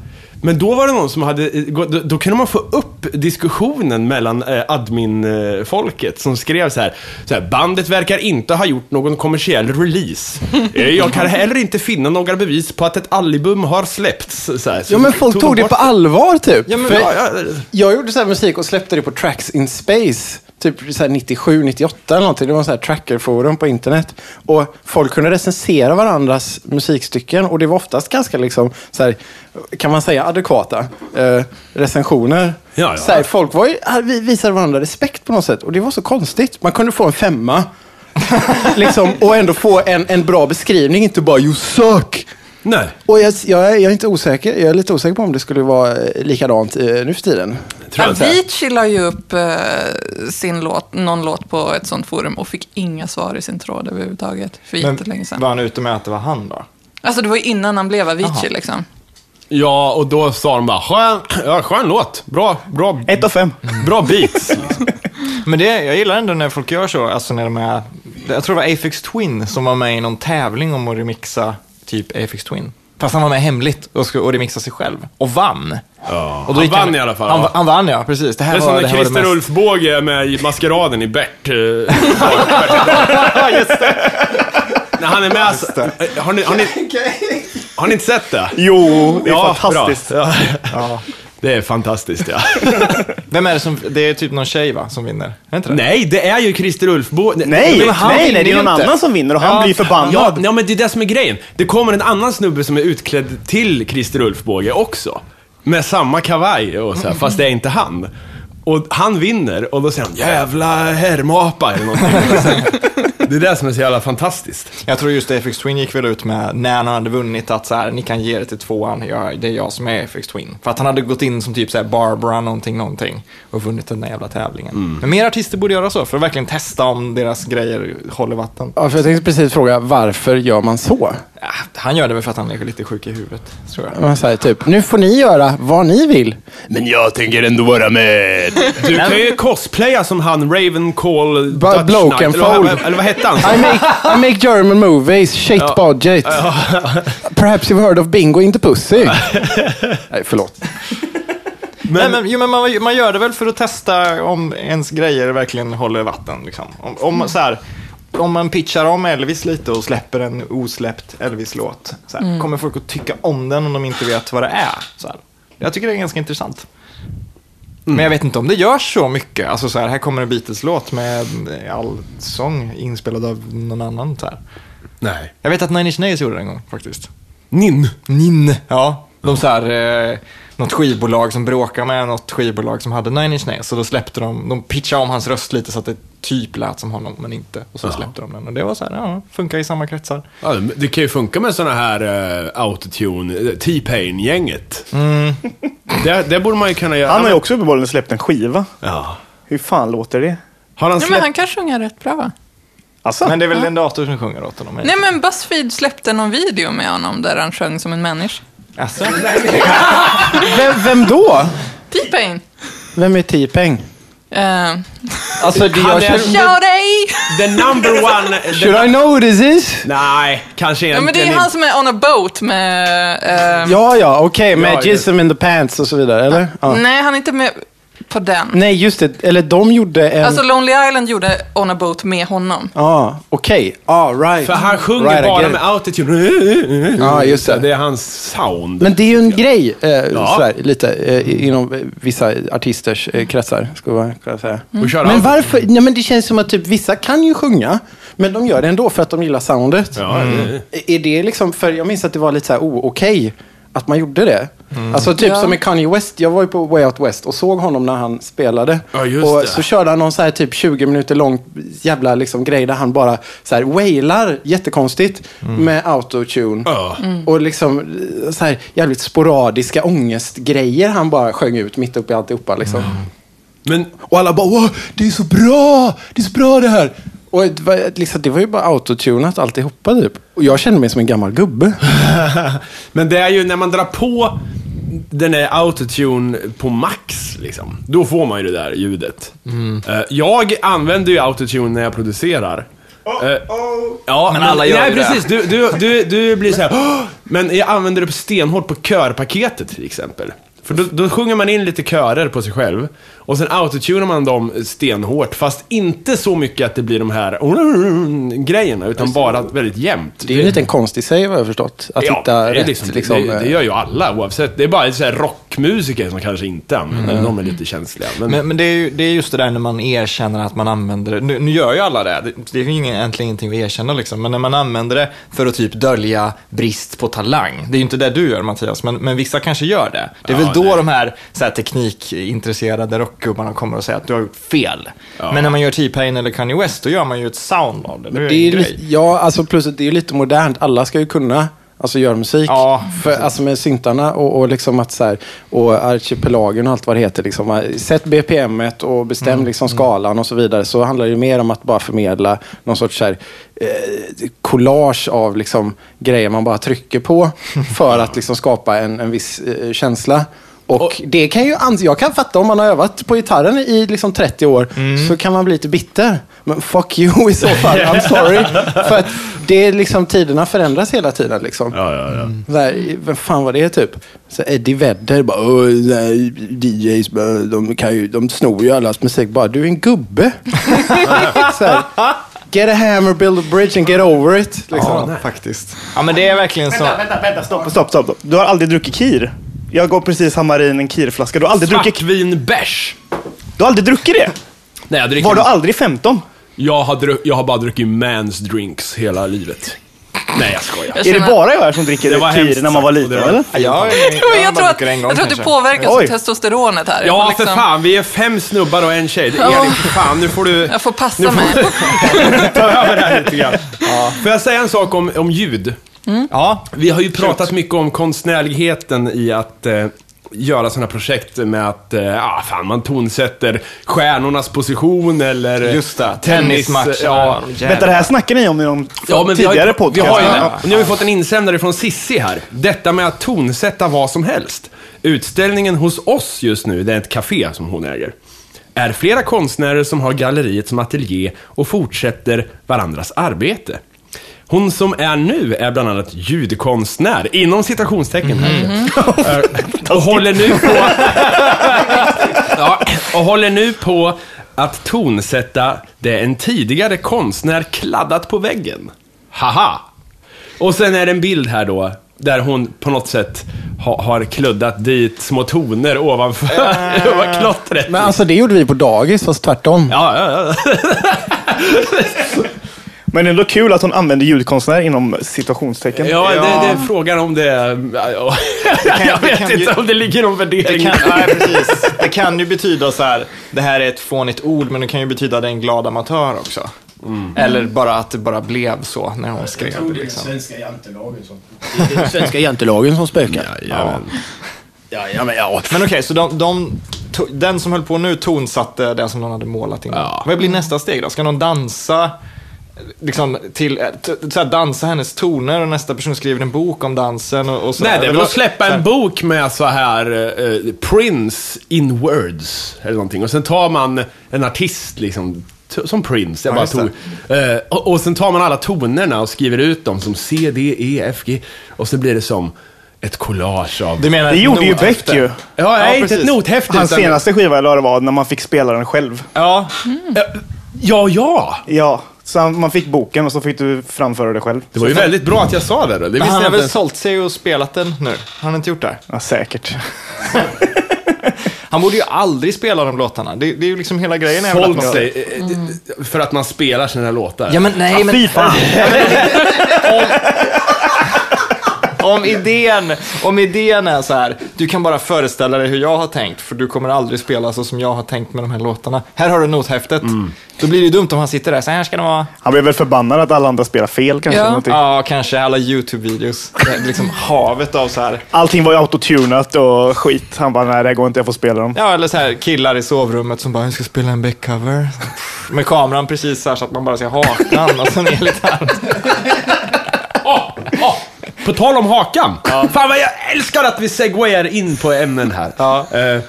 Speaker 1: Men då var det någon som hade, eh, då, då kunde man få upp diskussionen mellan eh, admin-folket som skrev så här, så här, bandet verkar inte ha gjort någon kommersiell release. Eh, Jag kan heller inte finna några bevis på att ett album har släppts. Så här, så
Speaker 7: ja, men folk
Speaker 1: de
Speaker 7: tog det
Speaker 1: bort
Speaker 7: på allvar typ.
Speaker 1: men-
Speaker 7: För
Speaker 1: ja, ja.
Speaker 7: Jag gjorde så här musik och släppte det på Tracks in Space. Typ så här 97, 98 eller någonting. Det var en så här trackerforum på internet. Och folk kunde recensera varandras musikstycken. Och det var oftast ganska, liksom, så här, kan man säga, adekvata eh, recensioner.
Speaker 1: Ja, ja.
Speaker 7: Så här, folk var ju, här, vi visade varandra respekt på något sätt. Och det var så konstigt. Man kunde få en femma. liksom, och ändå få en, en bra beskrivning. Inte bara you suck.
Speaker 1: Nej,
Speaker 7: Och jag, jag, är- jag är inte osäker. Jag är lite osäker på om det skulle vara eh, likadant eh, nu för tiden.
Speaker 1: tror jag inte.
Speaker 3: Avicii la ju upp eh, sin låt, någon låt på ett sånt forum och fick inga svar i sin tråd överhuvudtaget för jättelänge sedan.
Speaker 2: var han ute med att det var han då?
Speaker 3: Alltså det var ju innan han blev Avicii liksom.
Speaker 1: Ja, och då sa de bara, skön, ja, skön låt, bra, bra,
Speaker 5: Ett av fem.
Speaker 1: bra beats.
Speaker 2: Men det, jag gillar ändå när folk gör så, alltså när de är, jag tror det var Afix Twin som var med i någon tävling om att remixa typ Afix Twin. Fast han var med hemligt och, skulle, och remixa sig själv. Och vann. och
Speaker 1: han
Speaker 2: gick
Speaker 1: vann i alla fall,
Speaker 2: Han,
Speaker 1: ja.
Speaker 2: han vann ja, precis. Det här
Speaker 1: Det är
Speaker 2: var
Speaker 1: som när
Speaker 2: här var det
Speaker 1: Christer Ulf
Speaker 2: mest-
Speaker 1: Båge är med i Maskeraden i Bert. eh, När han är med så, eh, har, ni, har, ni, har ni inte sett det?
Speaker 5: Jo, det är fantastiskt.
Speaker 1: Bra. Ja. Det är fantastiskt ja.
Speaker 2: Vem är det som, det är typ någon tjej va, som vinner? Är det inte det?
Speaker 1: Nej, det är ju Christer Ulf Båge.
Speaker 5: Nej,
Speaker 1: Men han
Speaker 5: nej,
Speaker 1: vinner
Speaker 5: nej, det är
Speaker 1: ju
Speaker 5: någon
Speaker 1: inte.
Speaker 5: annan som vinner och han
Speaker 2: Ja,
Speaker 5: blir förbannad.
Speaker 1: Ja, ja, men det är det som är grejen. Det kommer en annan snubbe som är utklädd till Christer Ulfbåge också. Med samma kavaj och så här, fast det är inte han. Och han vinner och då säger han jävla herrmapa eller någonting. Och sen- Det är det som är så jävla fantastiskt.
Speaker 2: Jag tror just Afix Twin gick väl ut med, när han hade vunnit, att så här, ni kan ge det till tvåan, jag, det är jag som är Afix Twin. För att han hade gått in som typ så här Barbara någonting, någonting och vunnit den där jävla tävlingen. Men mer artister borde göra så, för att verkligen testa om deras grejer håller vatten.
Speaker 7: Ja, för jag tänkte precis fråga, varför gör man så?
Speaker 2: Ja, han gör det väl för att han är lite sjuk i huvudet, tror jag.
Speaker 7: Man säger typ, nu får ni göra vad ni vill.
Speaker 1: Men jag tänker ändå vara med. Du kan ju cosplaya som han Ravencall
Speaker 7: Bara
Speaker 1: Dutch
Speaker 7: Bloke
Speaker 1: Knight,
Speaker 7: and
Speaker 1: eller vad-
Speaker 7: Fold.
Speaker 1: Eller vad hette han?
Speaker 7: I make, I make German movies, shit budget. Perhaps you've heard of bingo in the pussy. Nej, förlåt.
Speaker 2: Men, Nej, men, jo, men man, man gör det väl för att testa om ens grejer verkligen håller vatten. Liksom. Om, om, så här, om man pitchar om Elvis lite och släpper en osläppt Elvis-låt, så här, kommer folk att tycka om den om de inte vet vad det är? Så här. Jag tycker det är ganska intressant. Men jag vet inte om det görs så mycket. Alltså så här, här kommer en Beatles-låt med all sång inspelad av någon annan. Så här.
Speaker 1: Nej.
Speaker 2: Jag vet att Nine Inch Nails gjorde det en gång faktiskt.
Speaker 1: Nin.
Speaker 2: Nin. Ja, de så här, eh, något skivbolag som bråkade med något skivbolag som hade Nine Inch Nails. Så då släppte de, de pitchade om hans röst lite så att det typ lät som honom, men inte. Och så släppte de den. Och det var så här, ja, funkar i samma kretsar.
Speaker 1: Ja, men det kan ju funka med såna här uh, autotune, eh, T-Pain-gänget.
Speaker 7: Mm.
Speaker 1: Det, det borde man ju kunna göra.
Speaker 5: Han har ju också uppenbarligen släppt en skiva.
Speaker 1: Ja.
Speaker 5: Hur fan låter det?
Speaker 1: Har han
Speaker 3: Ja,
Speaker 1: släppt...
Speaker 3: men han kan sjunga rätt bra va?
Speaker 5: Alltså,
Speaker 2: Men det är väl den dator som sjunger åt honom?
Speaker 3: Nej men Buzzfeed släppte någon video med honom där han sjöng som en människa.
Speaker 2: Alltså,
Speaker 7: Vem, vem då?
Speaker 3: T-Pain.
Speaker 7: Vem är T-Peng?
Speaker 3: Eh,
Speaker 7: Alltså, det jag
Speaker 1: Han är-
Speaker 7: känner...
Speaker 3: Shout ey!
Speaker 1: The number one... The...
Speaker 7: Should I know this is?
Speaker 1: Nej, kanske
Speaker 3: Ja,
Speaker 1: egentligen
Speaker 3: men det är han som är on a boat med... eh,
Speaker 7: Ja, ja, okej.
Speaker 1: Ja,
Speaker 7: med Jism in the pants och så vidare, eller? Ja.
Speaker 3: Nej, han är inte med på den.
Speaker 7: Nej, just det. Eller de gjorde en...
Speaker 3: Alltså Lonely Island gjorde On a Boat med honom.
Speaker 7: Ja, okej. Ah, right.
Speaker 1: För han sjunger
Speaker 7: Right, I get
Speaker 1: bara
Speaker 7: it.
Speaker 1: med autotune.
Speaker 7: Ja, just det.
Speaker 1: Det är hans sound.
Speaker 7: Men det är ju en grej, eh, sådär, lite, eh, i- inom eh, vissa artisters eh, kretsar, skulle man kunna säga.
Speaker 1: Och köra
Speaker 7: Men
Speaker 1: autotune.
Speaker 7: varför? Nej, men det känns som att typ, vissa kan ju sjunga, Men de gör det ändå för att de gillar soundet.
Speaker 1: Ja, det-
Speaker 7: Är det liksom, för jag minns att det var lite så här okej att man gjorde det.
Speaker 1: Mm.
Speaker 7: Alltså typ
Speaker 3: Ja.
Speaker 7: som med Kanye West, jag var ju på Way Out West och såg honom när han spelade.
Speaker 1: Ja, just
Speaker 7: och
Speaker 1: det.
Speaker 7: så körde han någon så här typ 20 minuter lång jävla liksom grej där han bara så här wailar jättekonstigt med autotune.
Speaker 1: Mm. Ja.
Speaker 7: Och liksom eh, så här jävligt sporadiska ångestgrejer han bara sjöng ut mitt uppe i alltihopa liksom.
Speaker 1: Mm. Men
Speaker 7: Och alla bara wow, det är så bra, det är så bra det här. Och det var, liksom, det var ju bara autotunat alltihopa typ. Och jag kände mig som en gammal gubbe.
Speaker 1: Men det är ju när man drar på den här autotune på max, liksom, då får man ju det där ljudet.
Speaker 2: Mm.
Speaker 1: Eh, Jag använder ju autotune när jag producerar. Eh, Ja, men
Speaker 2: alla gör
Speaker 1: nej,
Speaker 2: ju det.
Speaker 1: precis. Du, du, du, du blir så här, "Åh!" men jag använder det stenhårt på körpaketet till exempel. För då, då sjunger man in lite körer på sig själv och sen autotunar man dem stenhårt, fast inte så mycket att det blir de här grejerna, utan bara väldigt jämnt.
Speaker 7: Det är ju en liten konst i sig vad jag har förstått. Att hitta
Speaker 1: det är
Speaker 7: rätt.
Speaker 1: liksom-
Speaker 7: Liksom,
Speaker 1: det, det gör ju alla oavsett. Det är bara så här rockmusiker som kanske inte använder
Speaker 7: Mm.
Speaker 1: det. De är lite känsliga. Men,
Speaker 2: Men, men det, är ju, det är just det där när man erkänner att man använder det. Nu, nu gör ju alla det. Det, det är ju ingen, egentligen ingenting att erkänna liksom. Men när man använder det för att typ dölja brist på talang. Det är ju inte det du gör Mattias, men, men vissa kanske gör det. Det är
Speaker 1: Ja,
Speaker 2: väl då
Speaker 1: nej.
Speaker 2: de här, så här teknikintresserade rockgubbarna kommer och säger att du har gjort fel. Men när man gör T-Pain eller Kanye West, då gör man ju ett sound av det. Det är
Speaker 7: det
Speaker 2: ju en
Speaker 7: är ju li-
Speaker 2: grej.
Speaker 7: ja, alltså plus att det är ju lite modernt. Alla ska ju kunna alltså, göra musik.
Speaker 2: Ja,
Speaker 7: För, alltså med syntarna och, och liksom att så här, och archipelagen och allt vad det heter. Liksom, äh, sätt BPM-et och bestäm liksom skalan och så vidare. Så handlar det ju mer om att bara förmedla någon sorts så här, eh, collage av liksom, grejer man bara trycker på för att liksom, skapa en, en viss eh, känsla. Och, det kan ju ans- jag kan fatta om man har övat på gitarren i liksom 30 år så kan man bli lite bitter. Men fuck you i så fall, I'm sorry. För att det är liksom, tiderna förändras hela tiden. Liksom.
Speaker 1: ja, ja, ja.
Speaker 7: Så här, vem fan var det typ? Så Eddie Vedder bara, "Åh, nej, DJs, bara, de, kan ju, de snor ju allas musik. Bara, du är en gubbe. så här, get a hammer, build a bridge and get over it. Liksom.
Speaker 2: faktiskt. Ja, men det är verkligen så.
Speaker 5: Vänta, vänta, stopp, stopp, stopp. stopp. Du har aldrig druckit kir? Jag går precis hamarin en kirflaska. Du har aldrig druckit,
Speaker 1: Svartvin bärs.
Speaker 5: du har aldrig druckit det?
Speaker 1: Nej, jag dricker...
Speaker 5: Var du aldrig 15?
Speaker 1: jag, har druck... jag har bara druckit mans drinks hela livet. Nej, jag skojar.
Speaker 5: Är det bara jag här som dricker
Speaker 1: Det var hemskt
Speaker 5: kir när man var
Speaker 1: sagt, och
Speaker 5: liten?
Speaker 1: det var-
Speaker 5: eller?
Speaker 2: Ja, jag,
Speaker 3: Jag tror,
Speaker 2: har
Speaker 3: jag
Speaker 2: bara
Speaker 3: tror att,
Speaker 2: druckit det en gång
Speaker 3: jag tror att det
Speaker 2: kanske.
Speaker 3: påverkas av
Speaker 5: Oj.
Speaker 3: testosteronet här. Jag
Speaker 1: Ja,
Speaker 3: får
Speaker 1: för
Speaker 3: liksom-
Speaker 1: fan. Vi är fem snubbar och en tjej.
Speaker 3: Ja.
Speaker 1: Erik, för fan. Nu får du
Speaker 3: Jag får passa mig.
Speaker 1: ta över det här lite grann. Får jag säga en sak om, om ljud?
Speaker 2: Ja,
Speaker 1: Vi har ju pratat mycket om konstnärligheten i att eh, göra sådana projekt med att eh, ah, fan, man tonsätter stjärnornas position eller eh,
Speaker 2: Just det.
Speaker 1: tennis,
Speaker 2: Tennismatcher.
Speaker 1: Ja,
Speaker 5: Vänta, det här snackade ni om i de
Speaker 1: ja, men vi har ju-
Speaker 5: tidigare
Speaker 1: vi
Speaker 5: podcasterna.
Speaker 1: har ju,
Speaker 5: Ja.
Speaker 1: Nu har vi fått en insändare från Sissi här. Detta med att tonsätta vad som helst. Utställningen hos oss just nu, det är ett café som hon äger, är flera konstnärer som har galleriet som ateljé och fortsätter varandras arbete. Hon som är nu är bland annat ljudkonstnär, inom citationstecken här. Eh, Och håller nu på... ja, och håller nu på att tonsätta det en tidigare konstnär kladdat på väggen. Haha! Och sen är det en bild här då, där hon på något sätt ha, har kluddat dit små toner ovanför äh. klottret.
Speaker 7: Men alltså det gjorde vi på dagis, fast tvärtom.
Speaker 1: Ja, ja, ja.
Speaker 5: Men det är ändå kul att hon använder ljudkonstnär inom situationstecken.
Speaker 1: ja det, det är frågan om det... ja, ja. Jag
Speaker 2: det
Speaker 1: vet
Speaker 2: kan ju-
Speaker 1: inte om det ligger någon
Speaker 2: Det
Speaker 1: värdering
Speaker 2: kan, nej, precis. det kan ju betyda så här, det här är ett fånigt ord, men det kan ju betyda det är en glad amatör också.
Speaker 1: Mm.
Speaker 2: Eller bara att det bara blev så när hon skrev. det, Liksom.
Speaker 8: svenska jantelagen som...
Speaker 7: Svenska jantelagen som spökar.
Speaker 8: Ja, ja, men ja.
Speaker 2: Men okej, så de, de, to, den som höll på nu tonsatte det som någon hade målat innan.
Speaker 1: Ja.
Speaker 2: Vad blir nästa steg då? Ska någon dansa? Liksom till, t- så här, dansa hennes toner och nästa person skriver en bok om dansen och, och så
Speaker 1: Nej,
Speaker 2: här.
Speaker 1: det är väl
Speaker 2: var-
Speaker 1: att släppa
Speaker 2: så här-
Speaker 1: en bok med så här eh, Prince in words eller någonting. Och sen tar man en artist liksom, t- som Prince. Jag
Speaker 2: Ja,
Speaker 1: bara
Speaker 2: just
Speaker 1: tog, eh, och, och sen tar man alla tonerna och skriver ut dem som C, D, E, F, G. Och så blir det som ett collage av...
Speaker 2: Du menar
Speaker 5: Det
Speaker 2: ett
Speaker 5: gjorde ju
Speaker 2: nothäfte?
Speaker 5: Beck ju.
Speaker 1: ja, nej, inte
Speaker 2: precis.
Speaker 1: ett nothäfte.
Speaker 5: Hans
Speaker 1: utan-
Speaker 5: senaste skiva eller vad det var, när man fick spela den själv.
Speaker 2: Ja,
Speaker 1: Ja, ja!
Speaker 5: Ja, så han- man fick boken och så fick du framföra det själv.
Speaker 1: Det var ju väldigt bra att jag sa det. Då. Det visste
Speaker 2: men han
Speaker 1: jag
Speaker 2: har
Speaker 1: inte
Speaker 2: väl
Speaker 1: ens.
Speaker 2: sålt sig och spelat den nu? Har han inte gjort det?
Speaker 5: Ja, säkert.
Speaker 2: Han borde ju aldrig spela de låtarna. Det, det är ju liksom hela grejen. är väl att
Speaker 1: Sålt
Speaker 2: man-
Speaker 1: sig eh, eh, d- för att man spelar sina låtar.
Speaker 2: Ja men nej men... Ah, Fy fan. om, om idén, om idén är så här, du kan bara föreställa dig hur jag har tänkt för du kommer aldrig spela så som jag har tänkt med de här låtarna. Här har du nothäftet. Då blir det ju dumt om han sitter där, så här ska det vara.
Speaker 5: Han blev väl förbannad att alla andra spelar fel kanske.
Speaker 3: Ja.
Speaker 5: eller någonting.
Speaker 2: Ja, kanske alla YouTube-videos. Det är Liksom havet av så här,
Speaker 5: Allting var ju autotunat och skit. Han bara, nej det här går inte, jag får spela dem.
Speaker 2: ja eller så här killar i sovrummet som bara, jag ska spela en backcover. Med kameran precis så här så att man bara ser hakan och sen är lite här.
Speaker 1: På tal om hakan. Fan vad jag älskar att vi segwayar in på ämnen här.
Speaker 2: Ja.
Speaker 1: Eh,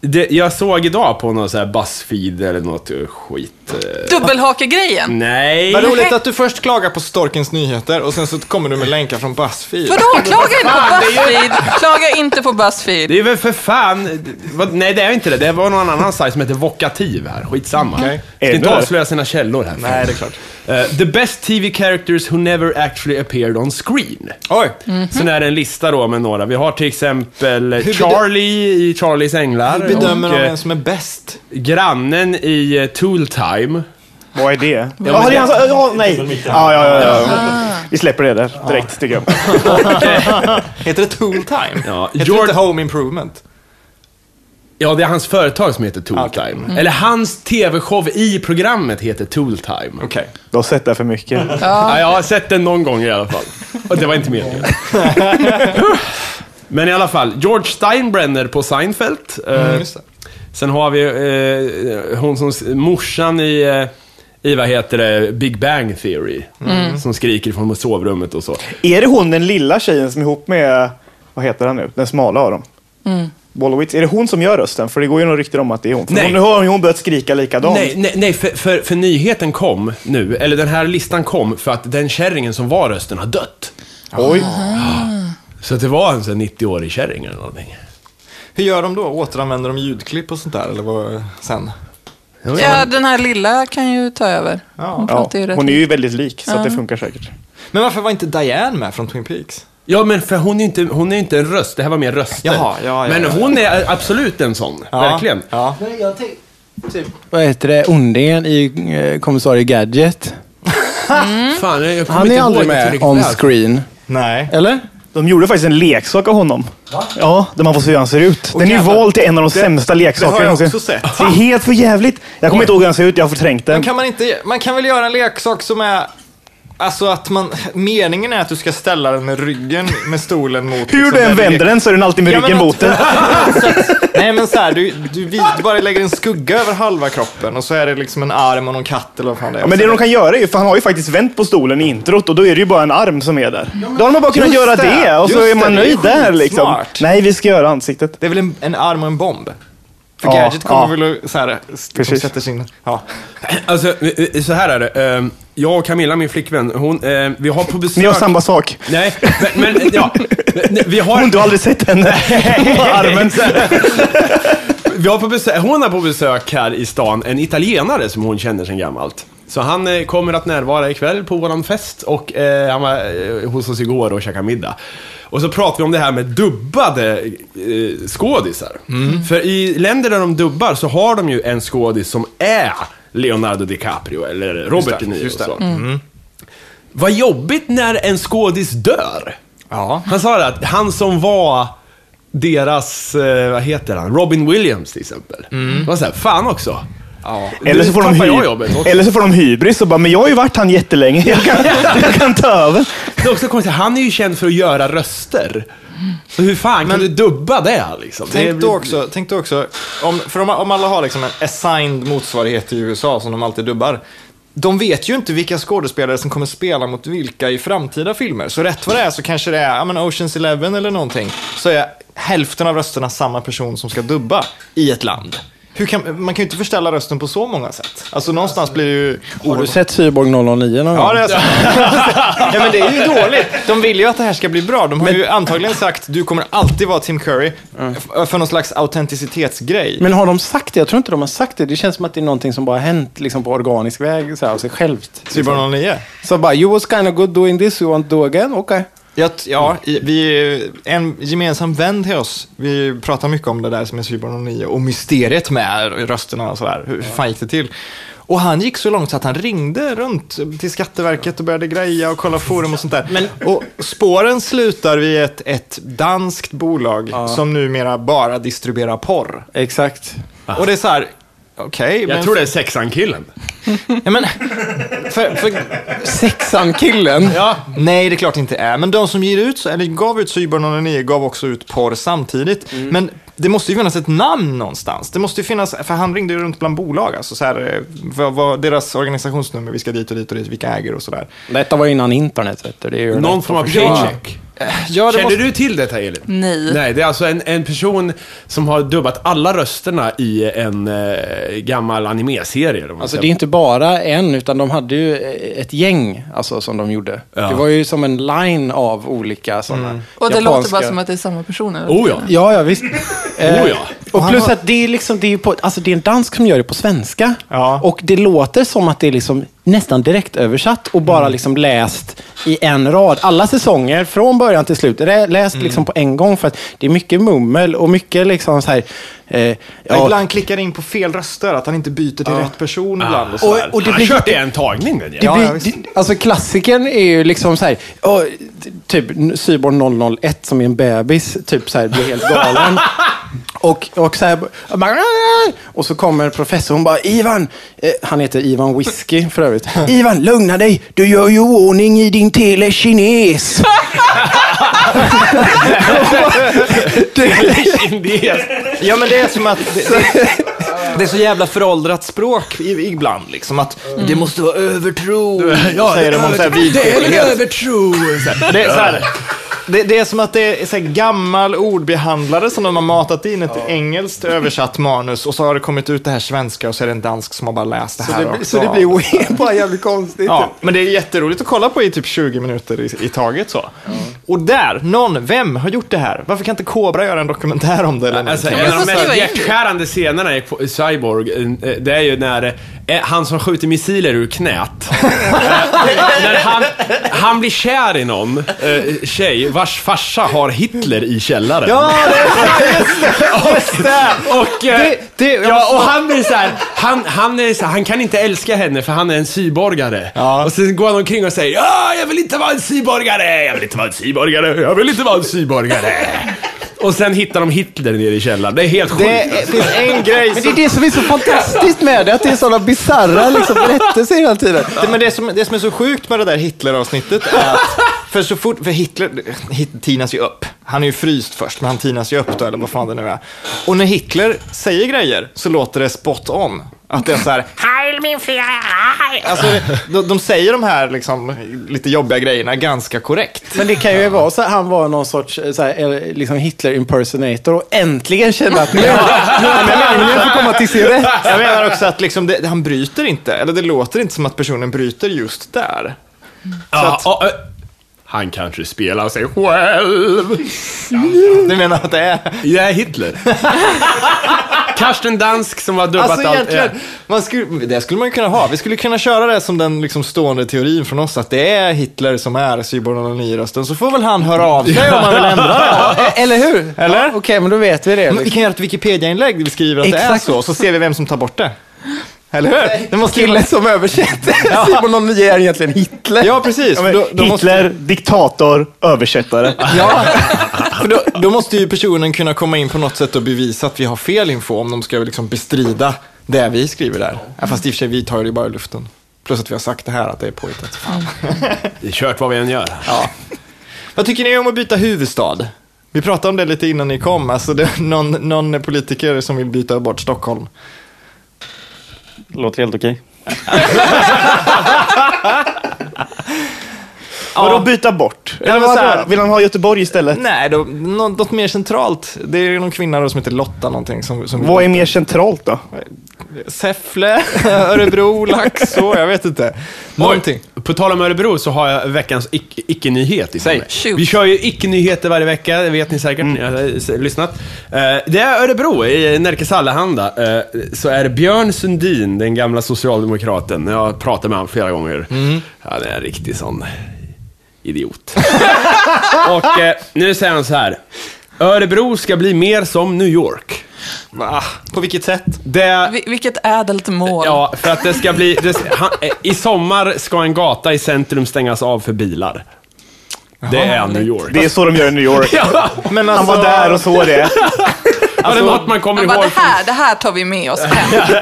Speaker 1: det, jag såg idag på någon så här Buzzfeed eller något eh, skit. eh,
Speaker 3: Dubbelhaka-grejen.
Speaker 1: Nej.
Speaker 2: Vad roligt att du först klagar på Storkens nyheter och sen så kommer du med länkar från Buzzfeed.
Speaker 3: Vadå, klaga inte på Buzzfeed. Klaga inte på Buzzfeed.
Speaker 1: Det är väl för fan... vad- Nej, det är inte det. Det var någon annan sajt som heter Vokativ här. Skitsamma.
Speaker 2: Okej.
Speaker 1: Ska
Speaker 5: Är det
Speaker 1: inte
Speaker 5: där?
Speaker 1: avslöja sina källor här.
Speaker 2: Nej, det är klart.
Speaker 1: Eh, the best TV characters who never actually appeared on screen.
Speaker 2: Oj!
Speaker 1: Sen är det en lista då med några. Vi har till exempel
Speaker 2: bedö-
Speaker 1: Charlie i Charlies Änglar.
Speaker 2: Hur bedömer
Speaker 1: och,
Speaker 2: de
Speaker 1: eh,
Speaker 2: vem som är bäst?
Speaker 1: grannen i eh, Tool Time.
Speaker 5: Vad är det? Ja, det är han som- ja, nej. Ja, ja, ja, ja. Vi släpper det där direkt tycker jag.
Speaker 2: Heter det Tool Time?
Speaker 1: Ja,
Speaker 2: Heter det
Speaker 1: George-
Speaker 2: inte Home Improvement?
Speaker 1: Ja, det är hans företag som heter Tool
Speaker 2: Ah, okej.
Speaker 1: Time. Eller hans TV-show i programmet heter Tool Time.
Speaker 2: Okej.
Speaker 5: Du har sett det här för mycket.
Speaker 1: Ja, jag har sett den någon gång i alla fall. Och det var inte meningen. Men i alla fall, George Steinbrenner på Seinfeld. Eh,
Speaker 2: Mm, just det.
Speaker 1: sen har vi eh, hon som, morsan i, eh, i, vad heter det, Big Bang Theory.
Speaker 2: Mm.
Speaker 1: Som skriker från sovrummet och så.
Speaker 5: Är det hon den lilla tjejen som är ihop med, vad heter han nu, den smala av dem? Bolowitz, är det hon som gör rösten? För det går ju någon rykten om att det är hon. För
Speaker 1: Nej.
Speaker 5: hon- nu har hon ju hon börjat skrika likadant.
Speaker 1: Nej, nej, nej för, för, för nyheten kom nu, eller den här listan kom för att den kärringen som var rösten har dött. Ah.
Speaker 5: Oj.
Speaker 1: Så att det var alltså en sån 90-årig kärring eller någonting.
Speaker 2: Hur gör de då? Återanvänder de ljudklipp och sånt där? Eller vad sen?
Speaker 3: Ja, den här lilla kan ju ta över.
Speaker 2: Ja.
Speaker 5: Ja,
Speaker 3: pratar ju rätt
Speaker 5: hon är ju väldigt lik, så att det funkar säkert.
Speaker 2: Men varför var inte Diane med från Twin Peaks?
Speaker 1: Ja, men för hon är inte, hon är inte en röst, det här var mer röster.
Speaker 2: Jaha, ja, ja,
Speaker 1: men
Speaker 2: ja, ja.
Speaker 1: hon är absolut en sån,
Speaker 2: Ja.
Speaker 1: verkligen.
Speaker 2: Ja.
Speaker 7: Men jag tänk, typ, vad heter det, ondingen i eh, Kommissarie Gadget.
Speaker 1: Fan, jag kommer
Speaker 7: Han
Speaker 1: inte ihåg
Speaker 7: är aldrig
Speaker 1: riktigt
Speaker 7: med
Speaker 1: riktigt
Speaker 7: on
Speaker 1: väl.
Speaker 7: screen.
Speaker 2: Nej.
Speaker 7: Eller?
Speaker 5: De gjorde faktiskt en leksak av honom. Ja, där man får se hur han ser ut. Den är ju
Speaker 2: jävlar.
Speaker 5: vald till en av de sämsta leksakerna
Speaker 2: det har jag
Speaker 5: någonsin.
Speaker 2: också sett.
Speaker 5: Det är helt för jävligt. Jag kommer inte ihåg hur han ser ut, jag har förträngt
Speaker 2: Men
Speaker 5: den.
Speaker 2: kan man, inte, man kan väl göra en leksak som är... Alltså att man... Meningen är att du ska ställa den med ryggen, med stolen mot...
Speaker 5: Hur
Speaker 2: liksom
Speaker 5: du än
Speaker 2: den
Speaker 5: vänder den så är den alltid med
Speaker 2: Ja, men
Speaker 5: ryggen
Speaker 2: att-
Speaker 5: mot den.
Speaker 2: Så att- Nej men så här, du, du, vis- du bara lägger en skugga över halva kroppen och så är det liksom en arm och någon katt eller vad fan det är.
Speaker 5: Ja, men det de kan göra är ju, för han har ju faktiskt vänt på stolen i introt och då är det ju bara en arm som är där. Då har de bara kunnat
Speaker 2: Just
Speaker 5: göra
Speaker 2: det,
Speaker 5: det och så
Speaker 2: just
Speaker 5: är man
Speaker 2: det, det är
Speaker 5: nöjd där liksom.
Speaker 2: skitsmart.
Speaker 5: Nej, vi ska göra ansiktet.
Speaker 2: Det är väl en, en arm och en bomb? För
Speaker 5: Ja,
Speaker 2: Gadget kommer
Speaker 5: ja.
Speaker 2: väl att så här, Precis.
Speaker 5: Precis.
Speaker 2: sätter sin... Ja.
Speaker 1: Alltså, eh, så här är det. Eh, Jag och Camilla, min flickvän, hon, eh, vi har på besök...
Speaker 5: Ni har samma sak.
Speaker 1: Nej, men, men ja. Vi har...
Speaker 5: Hon, du har aldrig sett henne. Hon har armen.
Speaker 1: Vi har på besök, hon har på besök här i stan en italienare som hon känner sedan gammalt. Så han eh, kommer att närvara ikväll på våran fest och eh, han var eh, hos oss igår och käkade middag. Och så pratar vi om det här med dubbade eh, skådisar.
Speaker 2: Mm.
Speaker 1: För i länder där de dubbar så har de ju en skådis som är Leonardo DiCaprio eller Robert De Niro och
Speaker 2: just det. Mm.
Speaker 1: så. Vad jobbigt när en skådis dör.
Speaker 2: Ja.
Speaker 1: Han sa det att han som var deras, eh, vad heter han, Robin Williams till exempel. Det var såhär, fan också.
Speaker 2: Mm. ja.
Speaker 5: Eller så, får de
Speaker 1: tappar jag
Speaker 5: hy-
Speaker 1: jobbet också.
Speaker 5: Eller så får de hybris och bara, men jag har ju varit han jättelänge. Jag kan, jag kan ta över.
Speaker 1: Det är också konstigt, han är ju känd för att göra röster. Så hur fan kan du dubba det liksom? det
Speaker 2: Tänk
Speaker 1: blir-
Speaker 2: då också, tänk då också om, för om, om alla har liksom en assigned motsvarighet i USA som de alltid dubbar. De vet ju inte vilka skådespelare som kommer spela mot vilka i framtida filmer. Så rätt vad det är så kanske det är ja, men Oceans Eleven eller någonting. Så är hälften av rösterna samma person som ska dubba i ett land. Hur kan, man kan ju inte förställa rösten på så många sätt. Alltså någonstans blir det ju...
Speaker 7: Har du sett Cyborg 009 någon
Speaker 2: Ja,
Speaker 7: gång?
Speaker 2: det är så. ja, men det är ju dåligt. De vill ju att det här ska bli bra. De har ju antagligen sagt du kommer alltid vara Tim Curry f- för någon slags autenticitetsgrej.
Speaker 7: Men har de sagt det? Jag tror inte de har sagt det. Det känns som att det är någonting som bara har hänt liksom, på organisk väg så här, av sig självt.
Speaker 2: Cyborg 09.
Speaker 7: Så bara, you was kind of good doing this, you want to do again? Okej. Okay.
Speaker 2: Ja, t- ja i- vi, en gemensam vän till oss, vi pratar mycket om det där som är cybernomi och mysteriet med rösterna och sådär. Hur fan gick det till? Och han gick så långt så att han ringde runt till Skatteverket och började greja och kolla forum och sånt där. Och spåren slutar vid ett, ett danskt bolag som numera bara distribuerar porr.
Speaker 7: Exakt.
Speaker 2: Och det är så här, okej.
Speaker 1: Jag tror det är sexan-killen.
Speaker 2: Ja, men, för, för,
Speaker 7: Sexan-killen.
Speaker 1: Ja.
Speaker 2: Nej, det är klart det inte är. Men de som ger ut, eller gav ut Cyborn 09 gav också ut porr samtidigt. Men det måste ju finnas ett namn någonstans. Det måste ju finnas, för han ringde ju runt bland bolag, alltså så här, eh, vad, vad, deras organisationsnummer, vi ska dit och dit och dit, vilka äger och sådär.
Speaker 7: Detta var innan internet. Vet du. Det är ju
Speaker 1: Någon form av paycheck.
Speaker 2: Ja, det
Speaker 1: Känner
Speaker 2: måste,
Speaker 1: du till detta, Elin?
Speaker 3: Nej.
Speaker 1: Nej, det är alltså en, en person som har dubbat alla rösterna i en eh, gammal animeserie. eller vad man
Speaker 7: Alltså det är
Speaker 1: säger.
Speaker 7: inte bara en, utan de hade ju ett gäng alltså, som de gjorde.
Speaker 1: Ja. Mm.
Speaker 7: Det var ju som en line av olika sådana
Speaker 3: Och det låter
Speaker 7: japanska-
Speaker 3: bara som att det är samma person. eller?
Speaker 1: Oh ja.
Speaker 7: Ja, ja visst. Eh,
Speaker 1: ja.
Speaker 7: Och plus att det är, liksom, det, är ju på, alltså det är en dansk som gör det på svenska.
Speaker 2: Ja.
Speaker 7: Och det låter som att det är liksom nästan direkt översatt och bara liksom läst i en rad. Alla säsonger från början till slut. Rä- Läst liksom på en gång för att det är mycket mummel och mycket liksom så här... Eh, ja,
Speaker 2: ja. Ibland klickar det in på fel röster, att han inte byter till rätt person ibland och sådär.
Speaker 7: och det
Speaker 1: Han
Speaker 7: blir-
Speaker 1: körde en tagning den
Speaker 7: Det
Speaker 1: ja.
Speaker 2: Ja,
Speaker 7: blir,
Speaker 2: ja, visst.
Speaker 7: det, alltså klassiken är ju liksom så här, ja, t- typ n- Cyborg 001 som är en bebis, typ så här blir helt galen. Och, och, så här, och bara, och så kommer professorn bara, Ivan, eh, han heter Ivan Whiskey för övrigt. Ivan, lugna dig, du gör ju ordning i din telekines.
Speaker 2: Ja, men det är som att... Det, det, det är så jävla föråldrat språk i- ibland, liksom att det måste vara övertro, säger de om så här vidskeplighet.
Speaker 1: övertro.
Speaker 2: Det är, så här, det, det är som att det är så här gammal ordbehandlare som de har matat in ett engelskt översatt manus och så har det kommit ut det här svenska och så är det en dansk som har bara läst det här också.
Speaker 7: blir bara jävligt konstigt.
Speaker 2: Ja, men det är jätteroligt att kolla på i typ 20 minuter i, i taget så. Och där, någon, vem har gjort det här? Varför kan inte Cobra göra en dokumentär om det eller
Speaker 1: Alltså, en
Speaker 2: någonting?
Speaker 1: av de
Speaker 3: Men
Speaker 1: mest
Speaker 3: skriva in det.
Speaker 1: hjärtskärande scenerna i Qu- i Cyborg, eh, det är ju när eh, han som skjuter missiler ur knät. när han, han blir kär i någon eh, tjej vars farsa har Hitler i källaren.
Speaker 2: Ja, det är just det!
Speaker 1: Och, eh,
Speaker 2: Det- det- jag
Speaker 1: ja,
Speaker 2: måste-
Speaker 1: och han blir så här, han, han, är så här, han kan inte älska henne för han är en cyborgare.
Speaker 2: Ja.
Speaker 1: Och sen går han omkring och säger ja, jag vill inte vara en cyborgare, jag vill inte vara en cyborgare, jag vill inte vara en cyborgare. och sen hittar de Hitler nere i källaren. Det är helt sjukt.
Speaker 2: Det är- finns en grej
Speaker 7: Men det
Speaker 2: som...
Speaker 7: är det som är så fantastiskt med det, att det är sådana bisarra liksom, berättelser hela tiden.
Speaker 2: Det, men det som, det som är så sjukt med det där Hitler-avsnittet är att för så fort, för Hitler hit, tinas ju upp. Han är ju fryst först, men han tinas ju upp då, eller vad fan det nu är. Och när Hitler säger grejer så låter det spot on. Att det är så här,
Speaker 4: Heil min fjäril!
Speaker 2: alltså, det- de, de säger de här liksom, lite jobbiga grejerna ganska korrekt.
Speaker 7: Men det kan ju vara så att han var någon sorts eh, så här, eh, liksom Hitler-impersonator och äntligen kände att nu nu har talangen fått komma till sin rätt.
Speaker 2: Jag menar också att liksom det, han bryter inte, eller det låter inte som att personen bryter just där.
Speaker 1: Ja, och, eh, han kanske spelar sig själv.
Speaker 2: Du menar att det är...
Speaker 1: Jag är Hitler. Karsten Dansk som har dubbat
Speaker 2: Alltså
Speaker 1: allt. eh,
Speaker 2: egentligen, man skulle, det skulle man ju kunna ha. Vi skulle kunna köra det som den liksom stående teorin från oss, att det är Hitler som är cyborg 09-rösten, så får väl han höra av sig om han vill ändra det.
Speaker 7: Eh, Eller hur?
Speaker 2: Eller?
Speaker 7: Ja, Okej, men då vet vi det.
Speaker 2: Men vi
Speaker 7: Liksom.
Speaker 2: kan göra ett Wikipedia-inlägg där vi skriver att det är
Speaker 7: Exakt.
Speaker 2: så, så ser vi vem som tar bort det. Eller hur? Det måste ju
Speaker 7: Killen som översätter Simon 09 är egentligen Hitler.
Speaker 2: Ja, precis.
Speaker 5: Ja, men
Speaker 2: Då- då måste-
Speaker 5: Hitler, diktator, översättare.
Speaker 2: Ja, för då, då måste ju personen kunna komma in på något sätt och bevisa att vi har fel info om de ska liksom bestrida det vi skriver där. Ja, fast i och för sig, vi tar ju det bara i luften. Plus att vi har sagt det här att det är påhittat.
Speaker 1: Det är kört vad vi än gör.
Speaker 2: Vad tycker ni om att byta huvudstad? Vi pratade om det lite innan ni kom, alltså det är någon, någon politiker som vill byta bort Stockholm.
Speaker 6: Låter helt okej.
Speaker 5: Vadå byta bort? Eller
Speaker 2: men
Speaker 5: vadå?
Speaker 2: så här-
Speaker 5: Vill han ha Göteborg istället?
Speaker 2: Nej, då, nå- något mer centralt. Det är någon kvinna då som heter Lotta någonting som... som
Speaker 5: Vad är mer centralt då?
Speaker 2: Säffle, Örebro, Laxå, jag vet inte. Någonting.
Speaker 1: Oj, på tal om Örebro så har jag veckans ic- icke-nyhet i
Speaker 2: Säg. Mm.
Speaker 1: mig.
Speaker 3: Shoot.
Speaker 1: Vi kör ju icke-nyheter varje vecka, det vet ni säkert, ni har eh, s- lyssnat. Eh, Det är Örebro, i Närkes Allehanda, eh, så är det Björn Sundin, den gamla socialdemokraten.
Speaker 2: Mm.
Speaker 1: Jag har pratat med honom flera gånger. Han är en riktig sån idiot. Och eh, nu säger han så här. Örebro ska bli mer som New York.
Speaker 2: Va? På vilket sätt?
Speaker 1: Det,
Speaker 3: Vil- vilket ädelt mål.
Speaker 1: ja, för att det ska bli... Det, han, eh, I sommar ska en gata i centrum stängas av för bilar. Det är New York.
Speaker 5: Det är så de gör i New York.
Speaker 1: ja,
Speaker 2: Men alltså,
Speaker 5: Han var där och så det.
Speaker 1: alltså, det är något man kommer
Speaker 3: Han bara,
Speaker 1: ihåg.
Speaker 3: det här, det här tar vi med oss hem.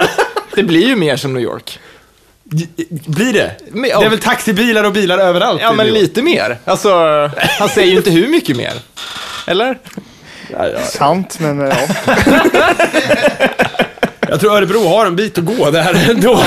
Speaker 2: det blir ju mer som New York.
Speaker 1: Blir det?
Speaker 2: Men, ja.
Speaker 1: Det är väl taxibilar och bilar överallt
Speaker 2: Ja,
Speaker 1: i
Speaker 2: men
Speaker 1: New York?
Speaker 2: lite mer. Alltså, han säger ju inte hur mycket mer. Eller?
Speaker 5: Sant, men eh, ja.
Speaker 1: Jag tror Örebro har en bit att gå där ändå,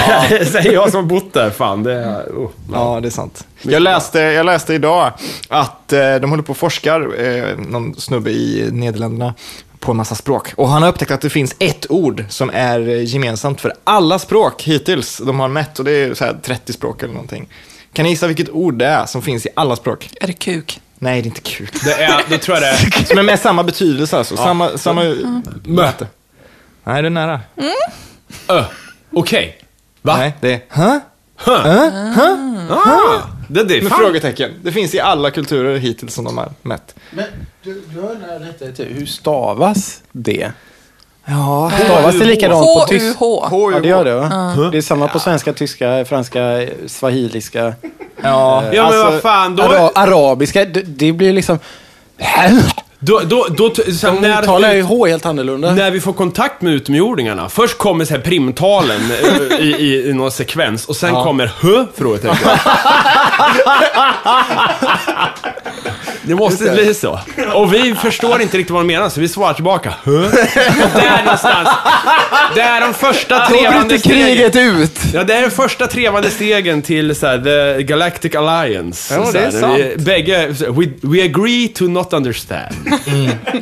Speaker 1: säger jag som har bott där. Fan, det är... Oh.
Speaker 2: Ja, det är sant. Jag läste, jag läste idag att eh, de håller på och forskar, eh, någon snubbe i Nederländerna, på en massa språk. Och han har upptäckt att det finns ett ord som är eh, gemensamt för alla språk hittills de har mätt. Och det är så här 30 språk eller någonting. Kan ni gissa vilket ord det är som finns i alla språk?
Speaker 3: Är det kuk?
Speaker 2: Nej, det är inte kul.
Speaker 1: Det är, då tror jag det är...
Speaker 2: Men med samma betydelse alltså. Samma, samma... Möte. Nej, det är nära.
Speaker 1: Ö. Okej. Va?
Speaker 2: Nej, det är... Huh?
Speaker 1: Ah, det, det är
Speaker 2: Med
Speaker 1: fan
Speaker 2: frågetecken. Det finns i alla kulturer hittills som de har mätt.
Speaker 7: Men du, du har den här rätta till. Hur stavas det?
Speaker 2: Ja,
Speaker 7: Stavas det likadant på tyska?
Speaker 3: H-U-H.
Speaker 7: Ja, det gör det va? Det är samma på svenska, tyska, franska, eh, swahiliska.
Speaker 2: ja.
Speaker 1: Ja, men
Speaker 2: Alltså,
Speaker 1: vad fan, då-
Speaker 7: ara- arabiska, det, det blir liksom...
Speaker 1: Då, då, då, t- så här,
Speaker 7: Nu talar jag ju
Speaker 1: när,
Speaker 7: H helt annorlunda.
Speaker 1: när vi får kontakt med utomjordingarna, först kommer så här primtalen eh, i, i, i någon sekvens och sen kommer hö frågetecken. Det måste bli så. Och vi förstår inte riktigt vad de menar, så vi svarar tillbaka. Hö? Där någonstans. Det är de första trevande stegen.
Speaker 7: ut!
Speaker 1: Ja, det är de första trevande stegen till så här, the Galactic Alliance.
Speaker 2: Ja,
Speaker 1: så
Speaker 2: det är
Speaker 1: här, när vi, bägge, så här, we, we agree to not understand.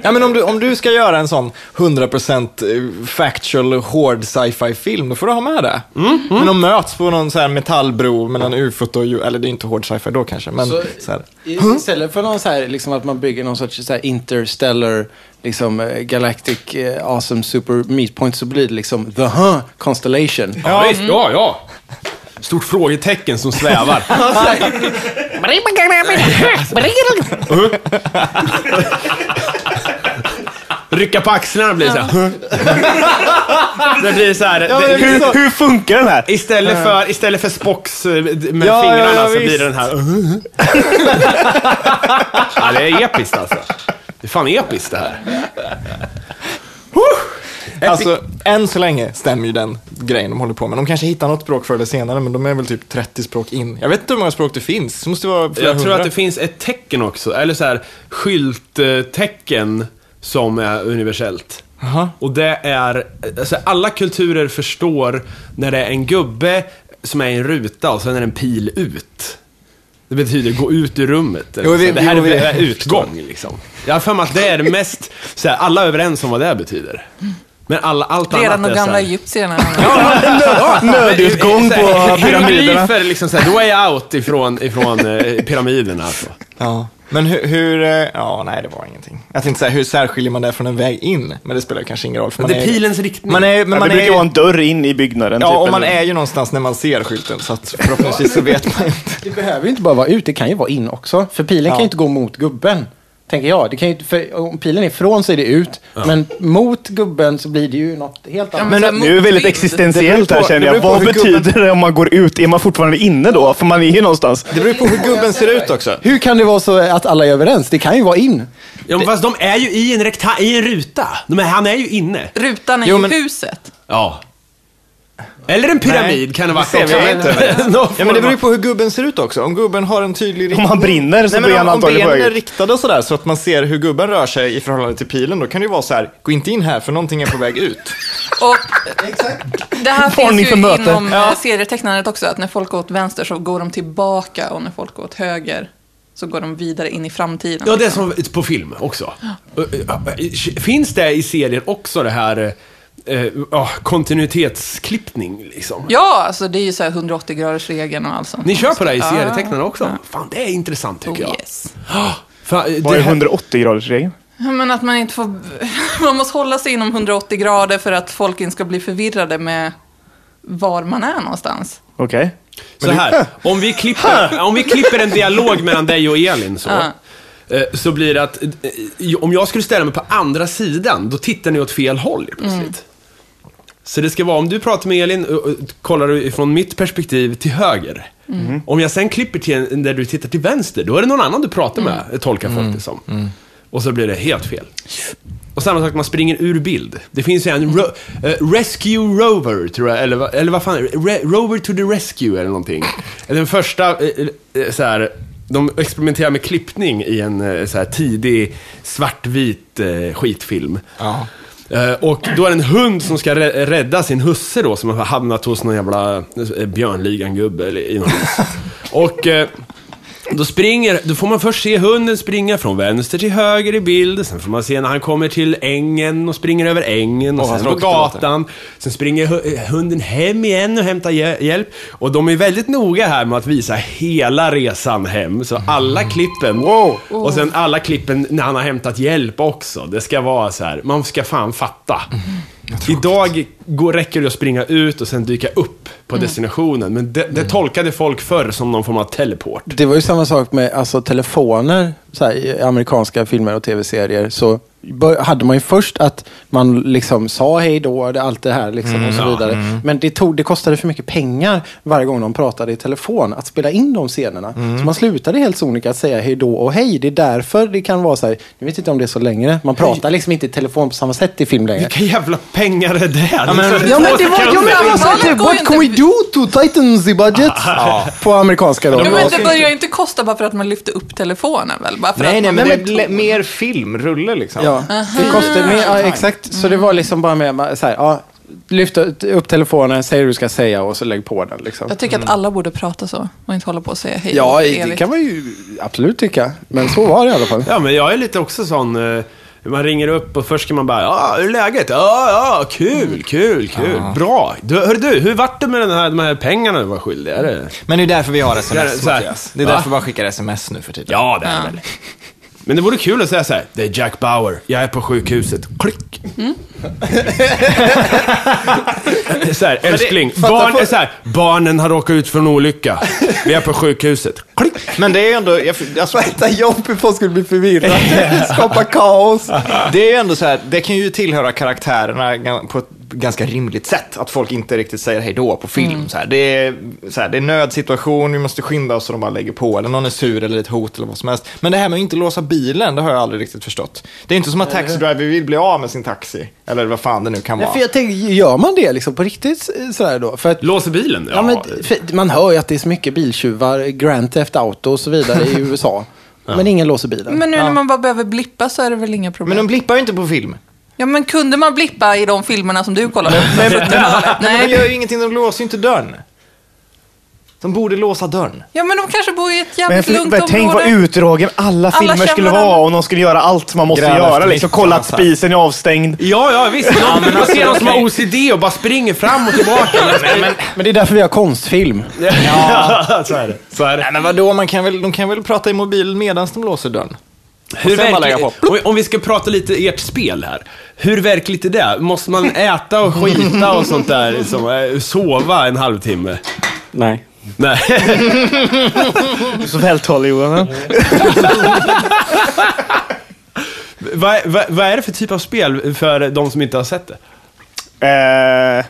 Speaker 2: Ja, men om du, om du ska göra en sån 100% factual, hård sci-fi film, då får du ha med det.
Speaker 1: Mm,
Speaker 2: Men de möts på någon så här metallbro mellan ufot och... ju- Eller det är inte hård sci-fi då kanske, men så,
Speaker 7: Så-
Speaker 2: här.
Speaker 7: I- Istället för någon så här, liksom att man bygger någon sorts så här interstellar, liksom eh, galactic, eh, awesome super meatpoint så blir det liksom the huh constellation.
Speaker 1: Ja, visst. Ja, ja. Stort frågetecken som svävar. Rycka på axlarna blir så här. Det blir så här. det-
Speaker 5: hur, hur funkar den här?
Speaker 1: Istället för, istället för Spocks eh, med
Speaker 2: Ja,
Speaker 1: fingrarna
Speaker 2: ja, ja,
Speaker 1: så blir
Speaker 2: visst.
Speaker 1: det den här... uh-huh. ja, det är episkt alltså. Det är fan episkt det här.
Speaker 2: Alltså, än så länge stämmer ju den grejen de håller på med. De kanske hittar något språk förr eller senare, men de är väl typ 30 språk in. Jag vet inte hur många språk det finns. Det måste vara flera
Speaker 1: Jag tror
Speaker 2: hundra.
Speaker 1: att det finns ett tecken också, eller så här skylttecken som är universellt.
Speaker 2: Jaha.
Speaker 1: Och det är, alltså alla kulturer förstår när det är en gubbe som är i en ruta och sen är det en pil ut. Det betyder gå ut ur rummet. eller
Speaker 2: Jo, vi-
Speaker 1: så. det här
Speaker 2: jo,
Speaker 1: är
Speaker 2: vi-
Speaker 1: är utgång liksom. Jag har för mig att det är det mest, så här, alla är överens om vad det betyder. Men alla, allt
Speaker 3: Redan
Speaker 1: annat är
Speaker 3: de
Speaker 1: så
Speaker 3: gamla
Speaker 1: här,
Speaker 3: egyptierna.
Speaker 5: Nödutgång på pyramiderna.
Speaker 1: Hieroglyfer, liksom så här, the way out ifrån, ifrån eh, pyramiderna. Alltså.
Speaker 2: Ja. Men hur, hur... eh, Ja, nej, det var ingenting. Jag tänkte säga, hur särskiljer man det från en väg in? Men det spelar ju kanske ingen roll. För man
Speaker 1: Det är
Speaker 2: är,
Speaker 1: pilens riktning.
Speaker 2: man är,
Speaker 5: Ja,
Speaker 2: men
Speaker 5: det
Speaker 2: man
Speaker 5: brukar
Speaker 2: är,
Speaker 5: vara en dörr in i byggnaden.
Speaker 2: ja,
Speaker 5: typ,
Speaker 2: och man
Speaker 5: eller-
Speaker 2: är ju någonstans när man ser skylten, så att förhoppningsvis så vet man inte.
Speaker 7: Det behöver ju inte bara vara ut, det kan ju vara in också. För pilen kan ju inte gå mot gubben, tänker jag. Det kan ju, inte- för om pilen är ifrån så är det ut, men mot gubben så blir det ju något helt annat.
Speaker 3: men så här
Speaker 5: Nu är det väldigt
Speaker 3: motvind.
Speaker 5: existentiellt
Speaker 2: Det beror på-
Speaker 5: här känner
Speaker 2: det
Speaker 5: jag.
Speaker 2: beror på
Speaker 5: Vad
Speaker 2: hur gubben-
Speaker 5: betyder det om man går ut? Är man fortfarande inne då? För man är ju någonstans.
Speaker 2: Det beror på hur gubben ser ut också.
Speaker 7: Hur kan det vara så att alla är överens? Det kan ju vara in.
Speaker 1: Ja, men fast de är ju i en, rekta- i en ruta. De är, han är ju inne.
Speaker 3: Rutan är
Speaker 2: Jo,
Speaker 3: ju
Speaker 2: men-
Speaker 3: huset.
Speaker 1: Ja. Eller en pyramid
Speaker 2: Nej,
Speaker 1: kan det vara.
Speaker 2: det ser vi inte.
Speaker 1: Någon
Speaker 2: Ja, men det
Speaker 1: form av-
Speaker 2: beror ju på hur gubben ser ut också. Om gubben har en tydlig riktning.
Speaker 5: Om han brinner så
Speaker 2: Nej,
Speaker 5: blir
Speaker 2: men
Speaker 5: han
Speaker 2: om, om
Speaker 5: antagligen
Speaker 2: benen
Speaker 5: på
Speaker 2: är
Speaker 5: höger.
Speaker 2: riktade och sådär, så att man ser hur gubben rör sig i förhållande till pilen, då kan det ju vara så här, gå inte in här för någonting är på väg ut.
Speaker 3: Och det här finns
Speaker 5: Varning
Speaker 3: ju
Speaker 5: för möte.
Speaker 3: inom eh, serietecknandet också, att när folk går åt vänster så går de tillbaka och när folk går åt höger så går de vidare in i framtiden. liksom.
Speaker 1: Ja, det är som på film också. Finns det i serien också det här eh, ja, kontinuitetsklippning liksom?
Speaker 3: Ja, alltså det är ju så här 180-gradersregeln och allt sånt.
Speaker 1: Ni kör på det här i
Speaker 3: Ja.
Speaker 1: serietecknarna också? Fan, det är intressant
Speaker 3: Oh,
Speaker 1: tycker jag.
Speaker 3: yes.
Speaker 1: Ah, fan, det
Speaker 5: Vad är
Speaker 1: här-
Speaker 5: 180-gradersregeln?
Speaker 3: Ja, Men att man inte får... Man måste hålla sig inom 180 grader för att folk inte ska bli förvirrade med var man är någonstans.
Speaker 5: Okej.
Speaker 1: Så här, om vi, klipper, om vi klipper en dialog mellan dig och Elin så. eh, så blir det att eh, om jag skulle ställa mig på andra sidan, då tittar ni åt fel håll helt plötsligt. Så det ska vara, om du pratar med Elin, och- och kollar du från mitt perspektiv till höger. Om jag sen klipper till en där du tittar till vänster, då är det någon annan du pratar med, tolkar folk det som. Och så blir det helt fel. Och samma sak, man springer ur bild. Det finns ju en ro- eh, Rescue Rover, tror jag, eller, vad- eller vad fan är det? Re- Rover to the Rescue eller någonting. Den första, eh, eh, så här, de experimenterar med klippning i en eh, så här, tidig svartvit eh, skitfilm.
Speaker 2: Ja.
Speaker 1: Eh, Och då är det en hund som ska rä- rädda sin husse då, som har hamnat hos någon jävla eh, björnligan-gubbe eller i något hus. Och eh, då springer, då får man först se hunden springa från vänster till höger i bild, sen får man se när han kommer till ängen och springer över ängen och
Speaker 2: Åh, vad
Speaker 1: sen på
Speaker 2: tråkigt det låter.
Speaker 1: gatan. Sen springer hu- eh, hunden hem igen och hämtar hjä- hjälp. Och de är väldigt noga här med att visa hela resan hem, så alla klippen. Och sen alla klippen när han har hämtat hjälp också. Det ska vara så här, man ska fan fatta.
Speaker 2: Mm.
Speaker 1: Idag går, räcker det att springa ut och sen dyka upp på
Speaker 2: Mm.
Speaker 1: destinationen. Men det, det tolkade folk förr som någon form av teleport.
Speaker 7: Det var ju samma sak med alltså, telefoner så här, i amerikanska filmer och tv-serier. Så bör- hade man ju först att man liksom sa hej då, det- allt det här liksom,
Speaker 3: Mm,
Speaker 7: och så vidare. Men det, tog, det kostade för mycket pengar varje gång de pratade i telefon att spela in de scenerna.
Speaker 3: Mm.
Speaker 7: Så man slutade helt sonika att säga hej då och hej. Det är därför det kan vara så här, jag vet inte om det är så längre. Man pratar liksom inte i telefon på samma sätt i film längre.
Speaker 1: Vilka jävla pengar är det? Liksom. Ja, men,
Speaker 7: Ja men det var, ja, men det var så här,
Speaker 3: Går
Speaker 7: typ,
Speaker 3: ju
Speaker 7: what
Speaker 3: inte-
Speaker 7: can we do to tighten the budget? På amerikanska då.
Speaker 3: Ja, men
Speaker 1: måste
Speaker 3: det börjar ju inte kosta bara för att man lyfter upp telefonen väl? Bara för
Speaker 2: Nej,
Speaker 3: att
Speaker 2: nej,
Speaker 3: man...
Speaker 2: men
Speaker 7: alltså Nej,
Speaker 2: det
Speaker 7: men
Speaker 2: blir mer filmrulle liksom.
Speaker 7: Ja, det kostar mer. Ja, exakt. Så det var liksom bara med bara så här, ja, lyft upp telefonen, säg det du ska säga och så lägg på den. Liksom.
Speaker 3: Jag tycker att alla borde prata så och inte hålla på och säga hej.
Speaker 7: Ja, det
Speaker 3: evigt.
Speaker 7: kan man ju absolut tycka. Men så var det i alla fall.
Speaker 1: ja, men jag är lite också sån... eh, Man ringer upp och först ska man bara ja, hur är läget? Ja, ja, kul, kul, kul. Bra. Du, hör du, hur vart det med den här, de här pengarna du var skyldig? Är det...
Speaker 2: Men det är därför vi har
Speaker 1: Ja,
Speaker 2: sms,
Speaker 1: så här.
Speaker 2: Mattias. Det är
Speaker 1: Va?
Speaker 2: därför man skickar sms nu för tiden.
Speaker 1: Ja, det är det väl. Men det vore kul att säga så här. Det är Jack Bauer. Jag är på sjukhuset. Klick. så här, älskling. Barn, så här, barnen har råkat ut för en olycka. Vi är på sjukhuset. Klick.
Speaker 2: Men det är ju ändå, jag, alltså,
Speaker 7: Vänta, jobb hur folk skulle bli förvirrade. Skapa kaos.
Speaker 2: det är ju ändå så här, det kan ju tillhöra karaktärerna ga- på ett ganska rimligt sätt. Att folk inte riktigt säger hej då på film.
Speaker 7: Mm.
Speaker 2: Så här. Det, är, så här, det är nödsituation, vi måste skynda oss och de bara lägger på. Eller någon är sur eller ett hot eller vad som helst. Men det här med att inte låsa bilen, det har jag aldrig riktigt förstått. Det är inte som att Taxi Driver vill bli av med sin taxi. Eller vad fan det nu kan vara.
Speaker 7: För jag tänker, gör man det liksom på riktigt eh, sådär då? För att,
Speaker 1: Låser bilen? Ja.
Speaker 7: ja, men, för man hör ju att det är så mycket biltjuvar, Grand Theft Auto och så vidare i USA. Men ingen låser bilen.
Speaker 3: Men nu när man bara behöver blippa så är det väl inga problem.
Speaker 2: Men de blippar ju inte på film.
Speaker 3: Ja, men kunde man blippa i de filmerna som du kollade på?
Speaker 2: De
Speaker 3: Nej.
Speaker 2: gör ju ingenting, de låser ju inte dörren. De borde låsa dörren.
Speaker 3: Ja, men de kanske bor i ett
Speaker 5: Men
Speaker 3: jävligt
Speaker 5: för,
Speaker 3: lugnt
Speaker 5: men tänk vad
Speaker 3: område.
Speaker 5: utdragen alla
Speaker 3: Alla
Speaker 5: filmer skulle
Speaker 3: känner
Speaker 5: vara
Speaker 3: varandra.
Speaker 5: om de skulle göra allt man måste
Speaker 2: Grann
Speaker 5: göra.
Speaker 2: efter
Speaker 5: Liksom,
Speaker 2: midsommar,
Speaker 5: kolla att
Speaker 2: så här.
Speaker 5: spisen är avstängd.
Speaker 1: Ja, ja visst. Ja, men alltså, man ser någon som har OCD och bara springer fram och tillbaka.
Speaker 7: Men det är därför vi har konstfilm.
Speaker 1: ja, så är det. Så är det.
Speaker 2: Nej men vadå, man kan väl, de kan väl prata i mobilen medan de låser dörren?
Speaker 1: Hur
Speaker 2: sen bara
Speaker 1: verkligt-
Speaker 2: lägga
Speaker 1: om, om vi ska prata lite ert spel här. Hur verkligt är det? Måste man äta och skita och sånt där? Liksom, eh, sova en halvtimme?
Speaker 6: Nej.
Speaker 1: Nej.
Speaker 5: Så vältalig Johan.
Speaker 1: Vad vad- vad är det för typ av spel för de som inte har sett det?
Speaker 5: Eh,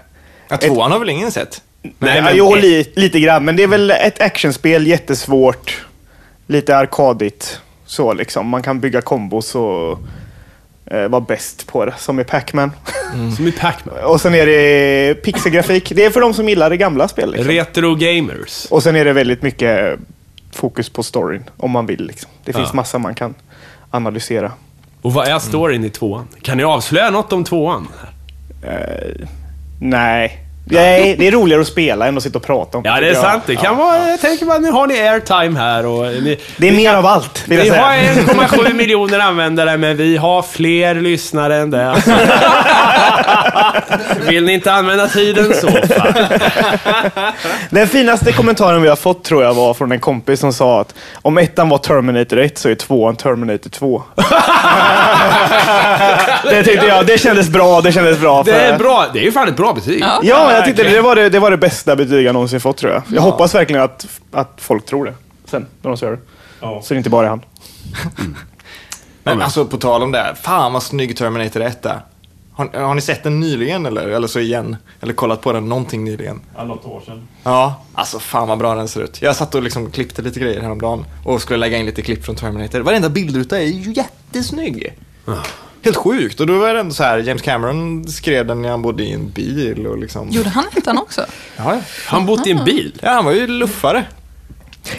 Speaker 2: Ja, tvåan har väl ingen sett?
Speaker 1: Nej,
Speaker 5: ja,
Speaker 1: men-
Speaker 5: jo, li, lite grann. Men det är väl ett actionspel, jättesvårt. Lite arkadigt. Så liksom. Man kan bygga kombos och eh, vara bäst på det. Som i Pac-Man.
Speaker 1: Som i Pac-Man.
Speaker 5: Och sen är det pixelgrafik. Det är för de som gillar det gamla spelet. Liksom.
Speaker 1: Retro gamers.
Speaker 5: Och sen är det väldigt mycket fokus på storyn, om man vill. Liksom. Det finns
Speaker 1: Ja.
Speaker 5: massa man kan analysera.
Speaker 1: Och vad är storyn i tvåan? Kan ni avslöja något om tvåan?
Speaker 5: Nej. Nej, det är roligare att spela än att sitta och prata om.
Speaker 1: Ja, det är
Speaker 5: tycker jag.
Speaker 1: sant. Det kan vara... Jag tänker bara, nu har ni airtime här och ni...
Speaker 5: Det är mer av allt, vill jag
Speaker 1: Vi
Speaker 5: säga.
Speaker 1: har 1,7 miljoner användare, men vi har fler lyssnare än det. Vill ni inte använda tiden så? fan?
Speaker 5: Den finaste kommentaren vi har fått tror jag var från en kompis som sa att om ettan var Terminator 1 så är tvåan Terminator 2. det tyckte jag, det kändes bra, det kändes bra.
Speaker 1: Det är
Speaker 5: för-
Speaker 1: bra. Det är ju fan ett bra betyg.
Speaker 3: Ja.
Speaker 5: Ja, jag tyckte det var det, det var det bästa betyg jag någonsin fått tror jag. Jag hoppas verkligen att, att folk tror det sen, när de ser det. Så det är inte bara han.
Speaker 2: Typ. Men alltså på tal om det, här, fan vad snygg Terminator 1 är. Har, har ni sett den nyligen eller? Eller så igen? Eller kollat på den någonting nyligen?
Speaker 6: Ja, något år sedan.
Speaker 2: Ja, alltså fan vad bra den ser ut. Jag satt och liksom klippte lite grejer häromdagen och skulle lägga in lite klipp från Terminator. Varenda bildruta är ju jättesnygg. Helt sjukt. Och då var det ändå så här, James Cameron skrev den när han bodde i en bil och liksom...
Speaker 3: Gjorde han inte han också?
Speaker 2: Ja, ja.
Speaker 1: Han bott i en bil.
Speaker 2: ja han var ju luffare.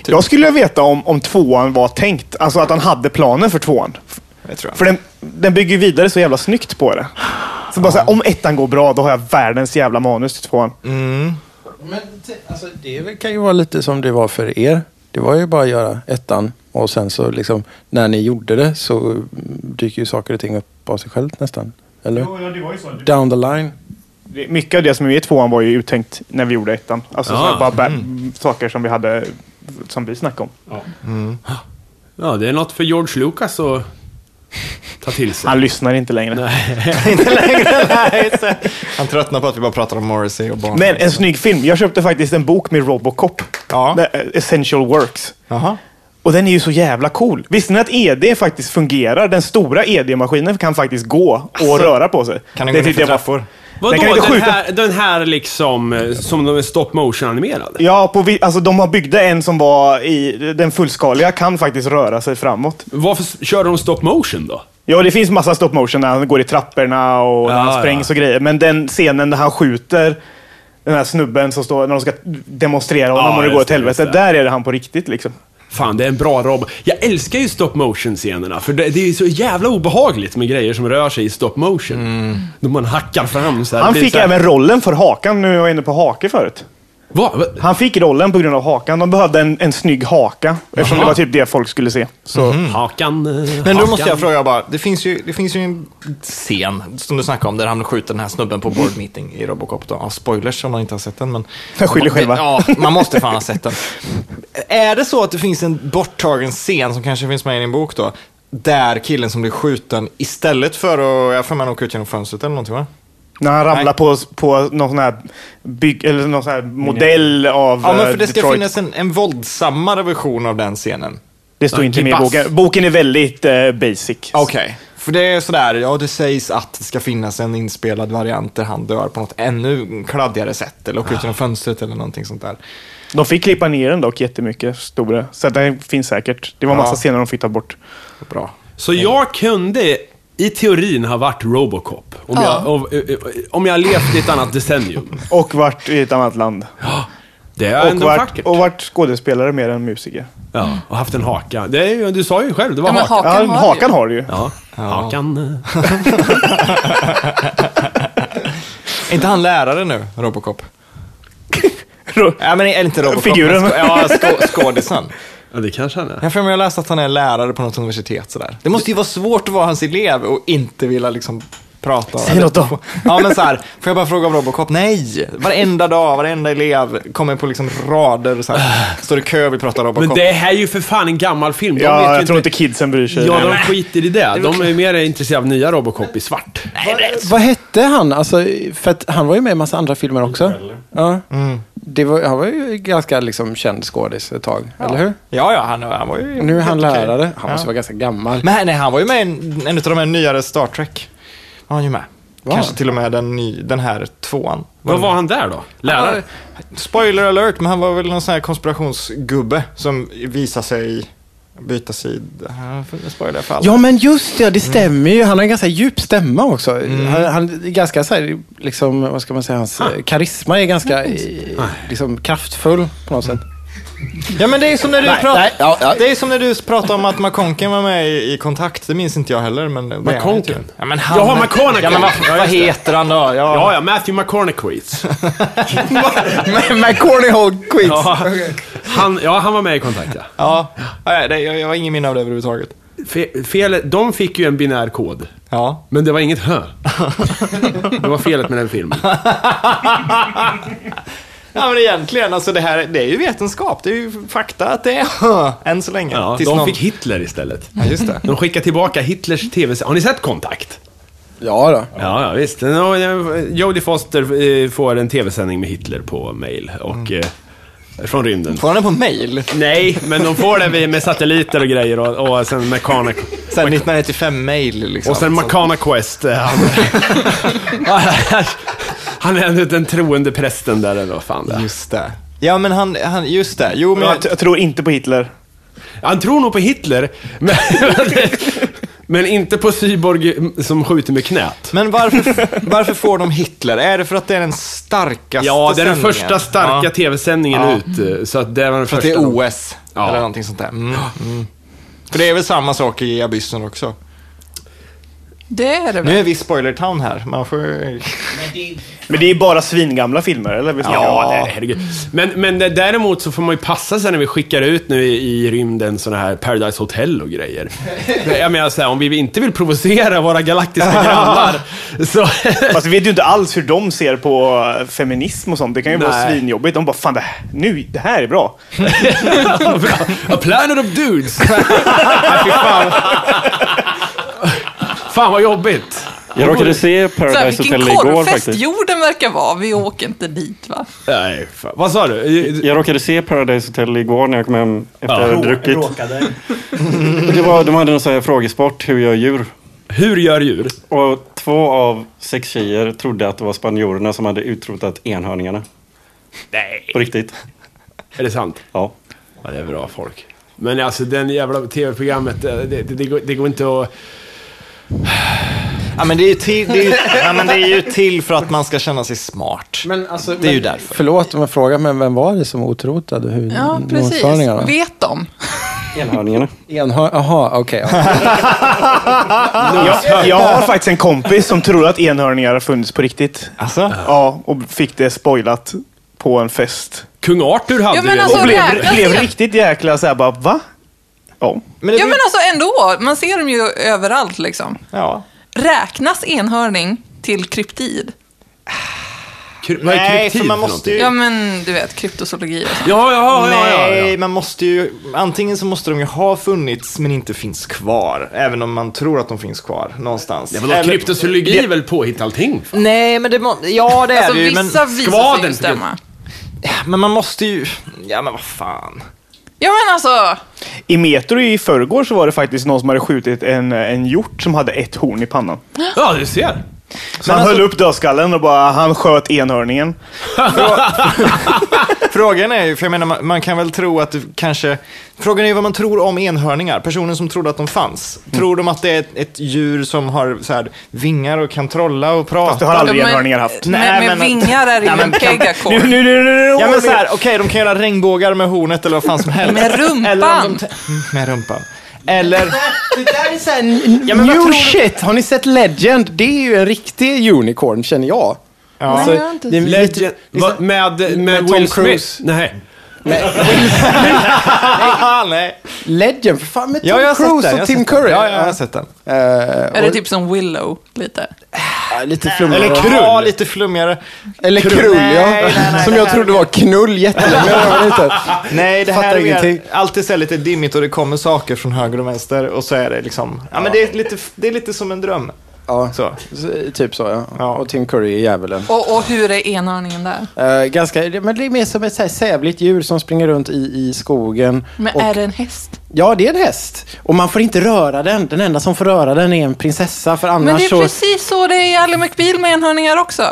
Speaker 5: Jag skulle vilja veta om, om tvåan var tänkt. Alltså att han hade planen för tvåan.
Speaker 2: Det tror jag.
Speaker 5: För den, den bygger ju vidare så jävla snyggt på det. Så bara så här, om ettan går bra, då har jag världens jävla manus till tvåan.
Speaker 2: Mm.
Speaker 7: Men t- alltså, det är väl- kan ju vara lite som det var för er. Det var ju bara att göra ettan och sen så liksom när ni gjorde det så mm, dyker ju saker och ting upp av sig självt nästan. Eller? Down the line.
Speaker 5: Det- Mycket av det som är med i tvåan var ju uttänkt när vi gjorde ettan. Alltså så här,
Speaker 1: Ah.
Speaker 5: bara bär,
Speaker 2: Mm.
Speaker 5: saker som vi hade, som vi snackade om.
Speaker 1: Ja, det är något för George Lucas att ta till sig.
Speaker 5: Han lyssnar inte längre.
Speaker 2: Han tröttnade på att vi bara pratar om Morrissey och barn.
Speaker 5: Men en snygg film. Jag köpte faktiskt en bok med Robocop.
Speaker 2: Ja.
Speaker 5: Med, eh, Essential Works.
Speaker 2: Jaha.
Speaker 5: Och den är ju så jävla cool. Visste ni att ED faktiskt fungerar? Den stora ED-maskinen kan faktiskt gå och röra på sig.
Speaker 2: Alltså, Kan den gå ner
Speaker 5: tyckte
Speaker 2: för
Speaker 5: jag var-
Speaker 2: trappor?
Speaker 5: Den
Speaker 1: Vadå,
Speaker 5: kan
Speaker 1: den,
Speaker 5: inte skjuta.
Speaker 1: här, den här liksom, eh, som de är stop motion-animerade?
Speaker 5: Ja, på, vi- alltså de har byggde en som var i... Den fullskaliga kan faktiskt röra sig framåt.
Speaker 1: Varför s- körde de stop motion då?
Speaker 5: Ja, det finns massa stop motion när han går i trapporna och när
Speaker 1: Ja,
Speaker 5: han sprängs och grejer. Men den scenen där han skjuter den här snubben som står när de ska demonstrera honom
Speaker 1: Ja,
Speaker 5: och det går
Speaker 1: just
Speaker 5: åt
Speaker 1: det,
Speaker 5: helvete.
Speaker 1: just det.
Speaker 5: Där är det han på riktigt liksom.
Speaker 1: Fan, det är en bra robot. Jag älskar ju stop motion-scenerna, för det, det är ju så jävla obehagligt med grejer som rör sig i stop motion. Då man hackar fram så här. Det
Speaker 5: Han
Speaker 1: blir
Speaker 5: fick
Speaker 1: så här,
Speaker 5: även rollen för Hakan. Nu var jag inne på Hake förut.
Speaker 1: Va? Va?
Speaker 5: Han fick rollen på grund av Hakan. De behövde en, en snygg haka. Eftersom det var typ det folk skulle se.
Speaker 1: Så, Hakan... eh,
Speaker 2: Men då
Speaker 1: hakan.
Speaker 2: måste jag fråga bara, det finns, ju, det finns ju en scen som du snackade om där han skjuter den här snubben på board meeting i Robocop. Då. Ja, spoilers om man inte har sett den. Men
Speaker 5: Jag skyller själva.
Speaker 2: Ja, man måste fan ha sett den. Är det så att det finns en borttagen scen som kanske finns med i din bok då? Där killen som blir skjuten istället för att, jag får man åka ut genom fönstret eller någonting va?
Speaker 5: När han ramlar
Speaker 2: Nej.
Speaker 5: på, på någon sån här, bygg, eller någon sån här modell av
Speaker 2: Ja, men
Speaker 5: eh,
Speaker 2: för det ska
Speaker 5: Detroit.
Speaker 2: finnas en, en våldsammare version av den scenen.
Speaker 5: Det står
Speaker 1: Ja,
Speaker 5: inte med i
Speaker 1: Kick-Ass.
Speaker 5: boken. Boken är väldigt eh, basic.
Speaker 2: Okej. För det är sådär, ja det sägs att det ska finnas en inspelad variant där han dör på något ännu kladdigare sätt. Eller åker ut
Speaker 5: Ah.
Speaker 2: genom fönstret eller någonting sånt där.
Speaker 5: De fick klippa ner den dock jättemycket. Stora. Så den finns säkert. Det var massa
Speaker 2: Ja.
Speaker 5: scener de fick ta bort.
Speaker 2: Bra.
Speaker 1: Så jag kunde i teorin ha varit Robocop. Om,
Speaker 3: Ja.
Speaker 1: jag, om, eh, eh, om jag levt i ett annat decennium.
Speaker 5: Och vart i ett annat land.
Speaker 1: Det är
Speaker 5: och,
Speaker 1: ändå
Speaker 5: vart,
Speaker 1: vackert.
Speaker 5: och vart skådespelare mer än musiker.
Speaker 1: Ja, och haft en haka. Det är ju, du sa ju själv, det var
Speaker 3: Ja, men
Speaker 1: hakan.
Speaker 5: Hakan,
Speaker 3: Hakan
Speaker 5: ja,
Speaker 3: har
Speaker 5: hakan
Speaker 3: ju.
Speaker 5: har det ju.
Speaker 1: Ja, hakan. eh.
Speaker 2: Är inte han lärare nu, Robocop? Ja, men eller inte Robocop.
Speaker 5: Figuren.
Speaker 2: men sko- Ja, sko- skådisen.
Speaker 1: Ja, det kanske han är.
Speaker 2: Jag för mig har läst att han är lärare på något universitet sådär. Det måste ju vara svårt att vara hans elev och inte vilja liksom prata.
Speaker 5: Säg något då.
Speaker 2: Ja men såhär, får jag bara fråga om Robocop? Nej! Varenda dag, varenda elev kommer på liksom rader så
Speaker 5: Ah.
Speaker 2: här. Står i kö och vill prata Robocop.
Speaker 1: Men det här är ju för fan en gammal film. De vet
Speaker 5: Ja,
Speaker 1: ju
Speaker 5: jag tror inte kidsen bryr sig.
Speaker 1: Ja, de skiter i det. De är ju mer intresserade av nya Robocop i svart.
Speaker 7: Vad hette han? Alltså, för att han var ju med i en massa andra filmer också. Ja.
Speaker 2: Mm.
Speaker 7: Det var, han var ju ganska liksom, känd skådis ett tag, eller hur?
Speaker 2: Ja, ja, han, han var ju...
Speaker 7: Och nu är han
Speaker 2: helt okej.
Speaker 7: lärare. Han måste vara ganska gammal.
Speaker 2: Men nej, han var ju med i en, en av de här nyare Star Trek. Var han ju med.
Speaker 7: Var
Speaker 2: Kanske
Speaker 7: han?
Speaker 2: till och med den, ny, den här tvåan.
Speaker 1: Vad var han där då? Lärare?
Speaker 2: Spoiler alert, men han var väl någon sån här konspirationsgubbe som visar sig byta sida. Han- Spoiler för alla.
Speaker 7: Ja, men just det. Det stämmer ju. Han har en ganska djup stämma också.
Speaker 2: Mm.
Speaker 7: Han, han är ganska så här, liksom, vad ska man säga, hans
Speaker 2: Ah.
Speaker 7: eh, karisma är ganska eh, liksom, kraftfull på något sätt.
Speaker 2: Ja, men det är som när du,
Speaker 7: Nej,
Speaker 2: pratar,
Speaker 7: nej, ja, ja.
Speaker 2: Det är som när du pratade om att McConken var med i, i Kontakt. Det minns inte jag heller, men... det är han ju
Speaker 1: McConaughey?
Speaker 2: tydligen. Ja, men han...
Speaker 1: Jaha, McConaughey.
Speaker 2: Ja, men vad,
Speaker 1: Ja,
Speaker 2: vad
Speaker 1: just det.
Speaker 2: heter han då? Ja,
Speaker 1: Ja, ja, Matthew McConaughey.
Speaker 7: McCorney Hall Quiz.
Speaker 1: Ja, han, ja, han var med i Kontakt, ja.
Speaker 2: ja. Nej, det, jag, jag har ingen minne av det överhuvudtaget.
Speaker 1: Fe, fel, de fick ju en binär kod,
Speaker 2: Ja.
Speaker 1: men det var inget hö. Det var felet med den filmen.
Speaker 2: ja, men egentligen, alltså det här det är ju vetenskap. Det är ju fakta att det är än så länge.
Speaker 1: Ja,
Speaker 2: Tills
Speaker 1: de
Speaker 2: någon-
Speaker 1: fick Hitler istället.
Speaker 2: Ja, just det.
Speaker 1: De skickade tillbaka Hitlers tv Har ni sett Kontakt?
Speaker 7: Ja, då.
Speaker 1: Ja, ja visst. No, Jodie Foster eh, får en tv-sändning med Hitler på mail. Och eh, från rymden.
Speaker 2: Mm. Får han den på mail?
Speaker 1: Nej, men de får det vid- med satelliter och grejer och, och sen Mechana...
Speaker 2: Sen 1995 mail liksom.
Speaker 1: Och sen
Speaker 2: Så-
Speaker 1: Mechana Quest. eh, Han, han är ändå den troende prästen där eller vad fan det är.
Speaker 2: Just det. Ja men han, han just det. Jo men...
Speaker 5: Jag, jag tror inte på Hitler.
Speaker 1: Han tror nog på Hitler, men, men inte på cyborg som skjuter med knät.
Speaker 2: Men varför, varför får de Hitler? Är det för att det är den starkaste
Speaker 1: Ja, det är den
Speaker 2: sändningen?
Speaker 1: första starka
Speaker 2: Ja,
Speaker 1: tv-sändningen
Speaker 2: Ja.
Speaker 1: ut. eh, Så att det var den
Speaker 2: för att
Speaker 1: första.
Speaker 2: det är OS.
Speaker 1: Ja.
Speaker 2: Eller någonting sånt där. Mm. Mm. För det är väl samma sak i Abyssen också.
Speaker 3: Det är det väl?
Speaker 2: Nu är vi i spoiler town här. Man får...
Speaker 5: Men det är bara svingamla filmer, eller? Vi snackar om.
Speaker 1: Ja, nej, herregud. Men, men det- däremot så får man ju passa sig när vi skickar ut nu i, i rymden sådana här Paradise Hotel och grejer. Men Jag menar så här, om vi inte vill provocera våra galaktiska grannar så...
Speaker 5: Fast vi vet ju inte alls hur de ser på eh, feminism och sånt. Det kan ju vara
Speaker 1: Nej.
Speaker 5: svinjobbigt. De bara, fan det här, nu, det här är bra.
Speaker 1: Bra. A planet of dudes! Fy fan. fan vad jobbigt.
Speaker 6: Jag råkade se
Speaker 3: Så här,
Speaker 6: Paradise
Speaker 3: vilken
Speaker 6: Hotel igår
Speaker 3: korvfest
Speaker 6: faktiskt.
Speaker 3: jorden verkar vara. Vi åker inte dit va?
Speaker 1: Nej, fan. Vad sa du?
Speaker 6: Jag råkade se Paradise Hotel igår när jag kom hem efter att jag hade druckit.
Speaker 8: Råkade.
Speaker 6: Det var, de hade en sån här frågesport, hur gör djur?
Speaker 1: Hur gör djur?
Speaker 6: Och två av sex tjejer trodde att det var spanjorerna som hade utrotat enhörningarna.
Speaker 1: Nej.
Speaker 6: På riktigt.
Speaker 1: Är det sant?
Speaker 6: Ja.
Speaker 1: Ja, det är bra folk. Men alltså den jävla tv-programmet, eh, det, det, det, går, det går inte att...
Speaker 2: Ja, men det är ju till, det är ju, ja, men det är ju till för att man ska känna sig smart.
Speaker 7: Men alltså,
Speaker 2: Det är ju därför.
Speaker 7: Förlåt om jag frågar, men vem var det som otrotade
Speaker 3: Ja,
Speaker 7: Mm,
Speaker 3: precis.
Speaker 7: huvudmotsvarningarna?
Speaker 3: Vet de?
Speaker 6: Enhörningarna.
Speaker 7: Enhör... Jaha, okej. ja.
Speaker 1: Ah.
Speaker 5: Jag, jag har faktiskt en kompis som trodde att enhörningar har funnits på riktigt.
Speaker 2: Alltså?
Speaker 5: Ja, och fick det spoilat på en fest.
Speaker 1: Kung Arthur hade
Speaker 3: Ja, men
Speaker 1: ju...
Speaker 3: alltså-
Speaker 5: Och blev,
Speaker 3: Jäklar,
Speaker 5: blev
Speaker 3: ser-
Speaker 5: riktigt jäkla såhär bara, va? Ja.
Speaker 2: Men det
Speaker 3: Ja men
Speaker 2: blir-
Speaker 3: alltså ändå, man ser dem ju överallt liksom.
Speaker 2: ja.
Speaker 3: Räknas enhörning till kryptid?
Speaker 1: Kry- vad är
Speaker 2: Nej,
Speaker 1: kryptid
Speaker 2: för man måste ju...
Speaker 3: Ja men du vet, kryptozoologi och sånt.
Speaker 1: Ja, ja, ja, ja,
Speaker 2: Nej,
Speaker 1: ja.
Speaker 2: man måste ju... Antingen så måste de ju ha funnits men inte finns kvar. Även om man tror att de finns kvar någonstans.
Speaker 1: Ja, vadå,
Speaker 2: Eller-
Speaker 1: kryptozoologi är väl påhitt allting? fan.
Speaker 2: Nej, men det... må- Ja, det är
Speaker 3: Alltså
Speaker 2: det ju. Men,
Speaker 3: vissa visar sig
Speaker 1: skvaden-
Speaker 3: ju stämma.
Speaker 2: men man måste ju... Ja, men vad fan.
Speaker 3: Ja men alltså,
Speaker 5: I Metro i förrgår så var det faktiskt någon som hade skjutit en, en hjort som hade ett horn i pannan.
Speaker 1: Ja, du ser.
Speaker 5: Så han
Speaker 1: alltså-
Speaker 5: höll upp dödskallen och bara, han sköt enhörningen.
Speaker 2: Frågan är ju, för jag menar, man, man kan väl tro att det kanske... Frågan är ju vad man tror om enhörningar. Personen som trodde att de fanns.
Speaker 1: Mm.
Speaker 2: Tror de att det är ett, ett djur som har så här, vingar och kan trolla och prata?
Speaker 5: Fast det har aldrig
Speaker 3: Ja, men-
Speaker 5: enhörningar haft.
Speaker 3: med,
Speaker 2: Nej,
Speaker 3: med
Speaker 2: men-
Speaker 3: vingar är det ju en
Speaker 5: Nu,
Speaker 3: pegakorv.
Speaker 5: nu, nu, nu, nu.
Speaker 2: Ja men såhär, okej de kan göra regnbågar med hornet eller vad fan som helst.
Speaker 3: Med rumpan.
Speaker 2: Eller om de te- Mm, med rumpan. Eller,
Speaker 7: Det där är såhär
Speaker 2: Ja, men vad tror
Speaker 7: new
Speaker 2: du-
Speaker 7: shit. Har ni sett Legend? Det är ju en riktig unicorn känner jag. Ja.
Speaker 3: jag har inte
Speaker 7: det är
Speaker 3: sett.
Speaker 7: lite-
Speaker 1: Legend, va, med, med,
Speaker 7: med Tom
Speaker 1: Will Smith?
Speaker 7: Cruise.
Speaker 1: Nej.
Speaker 2: ah, nej.
Speaker 7: Legend, för fan med Tom
Speaker 2: Ja, jag har sett
Speaker 7: Cruise
Speaker 2: den. jag
Speaker 7: och
Speaker 2: har
Speaker 7: Tim
Speaker 2: sett
Speaker 7: Curry. Mm.
Speaker 2: Den. Ja, ja, jag har sett den.
Speaker 3: Är det typ som Willow, lite?
Speaker 7: Ja, lite flummigare.
Speaker 2: Eller krull. Ja, lite flummigare.
Speaker 7: Eller krull,
Speaker 2: Nej,
Speaker 7: ja.
Speaker 2: nej, nej,
Speaker 7: Som
Speaker 2: det
Speaker 7: jag
Speaker 2: här-
Speaker 7: trodde var knull jättelänge. men det var det inte.
Speaker 2: Nej, det
Speaker 7: Fattar
Speaker 2: här är mer,
Speaker 7: ingenting.
Speaker 2: allt är så här lite dimmigt och det kommer saker från höger och vänster och så är det liksom, ja men det är lite, det är lite som en dröm.
Speaker 7: Ja,
Speaker 2: Så.
Speaker 7: så- typ så ja.
Speaker 2: Ja.
Speaker 7: Och Tim Curry är djävulen.
Speaker 3: Och, och hur är enhörningen där?
Speaker 7: Eh, ganska, men det är mer som ett så här sävligt djur som springer runt i, i skogen.
Speaker 3: Men
Speaker 7: och,
Speaker 3: är det en häst?
Speaker 7: Ja, det är en häst. Och man får inte röra den. Den enda som får röra den är en prinsessa. För annars
Speaker 3: Men det är
Speaker 7: så...
Speaker 3: precis så det är i Ally McBeal med enhörningar också.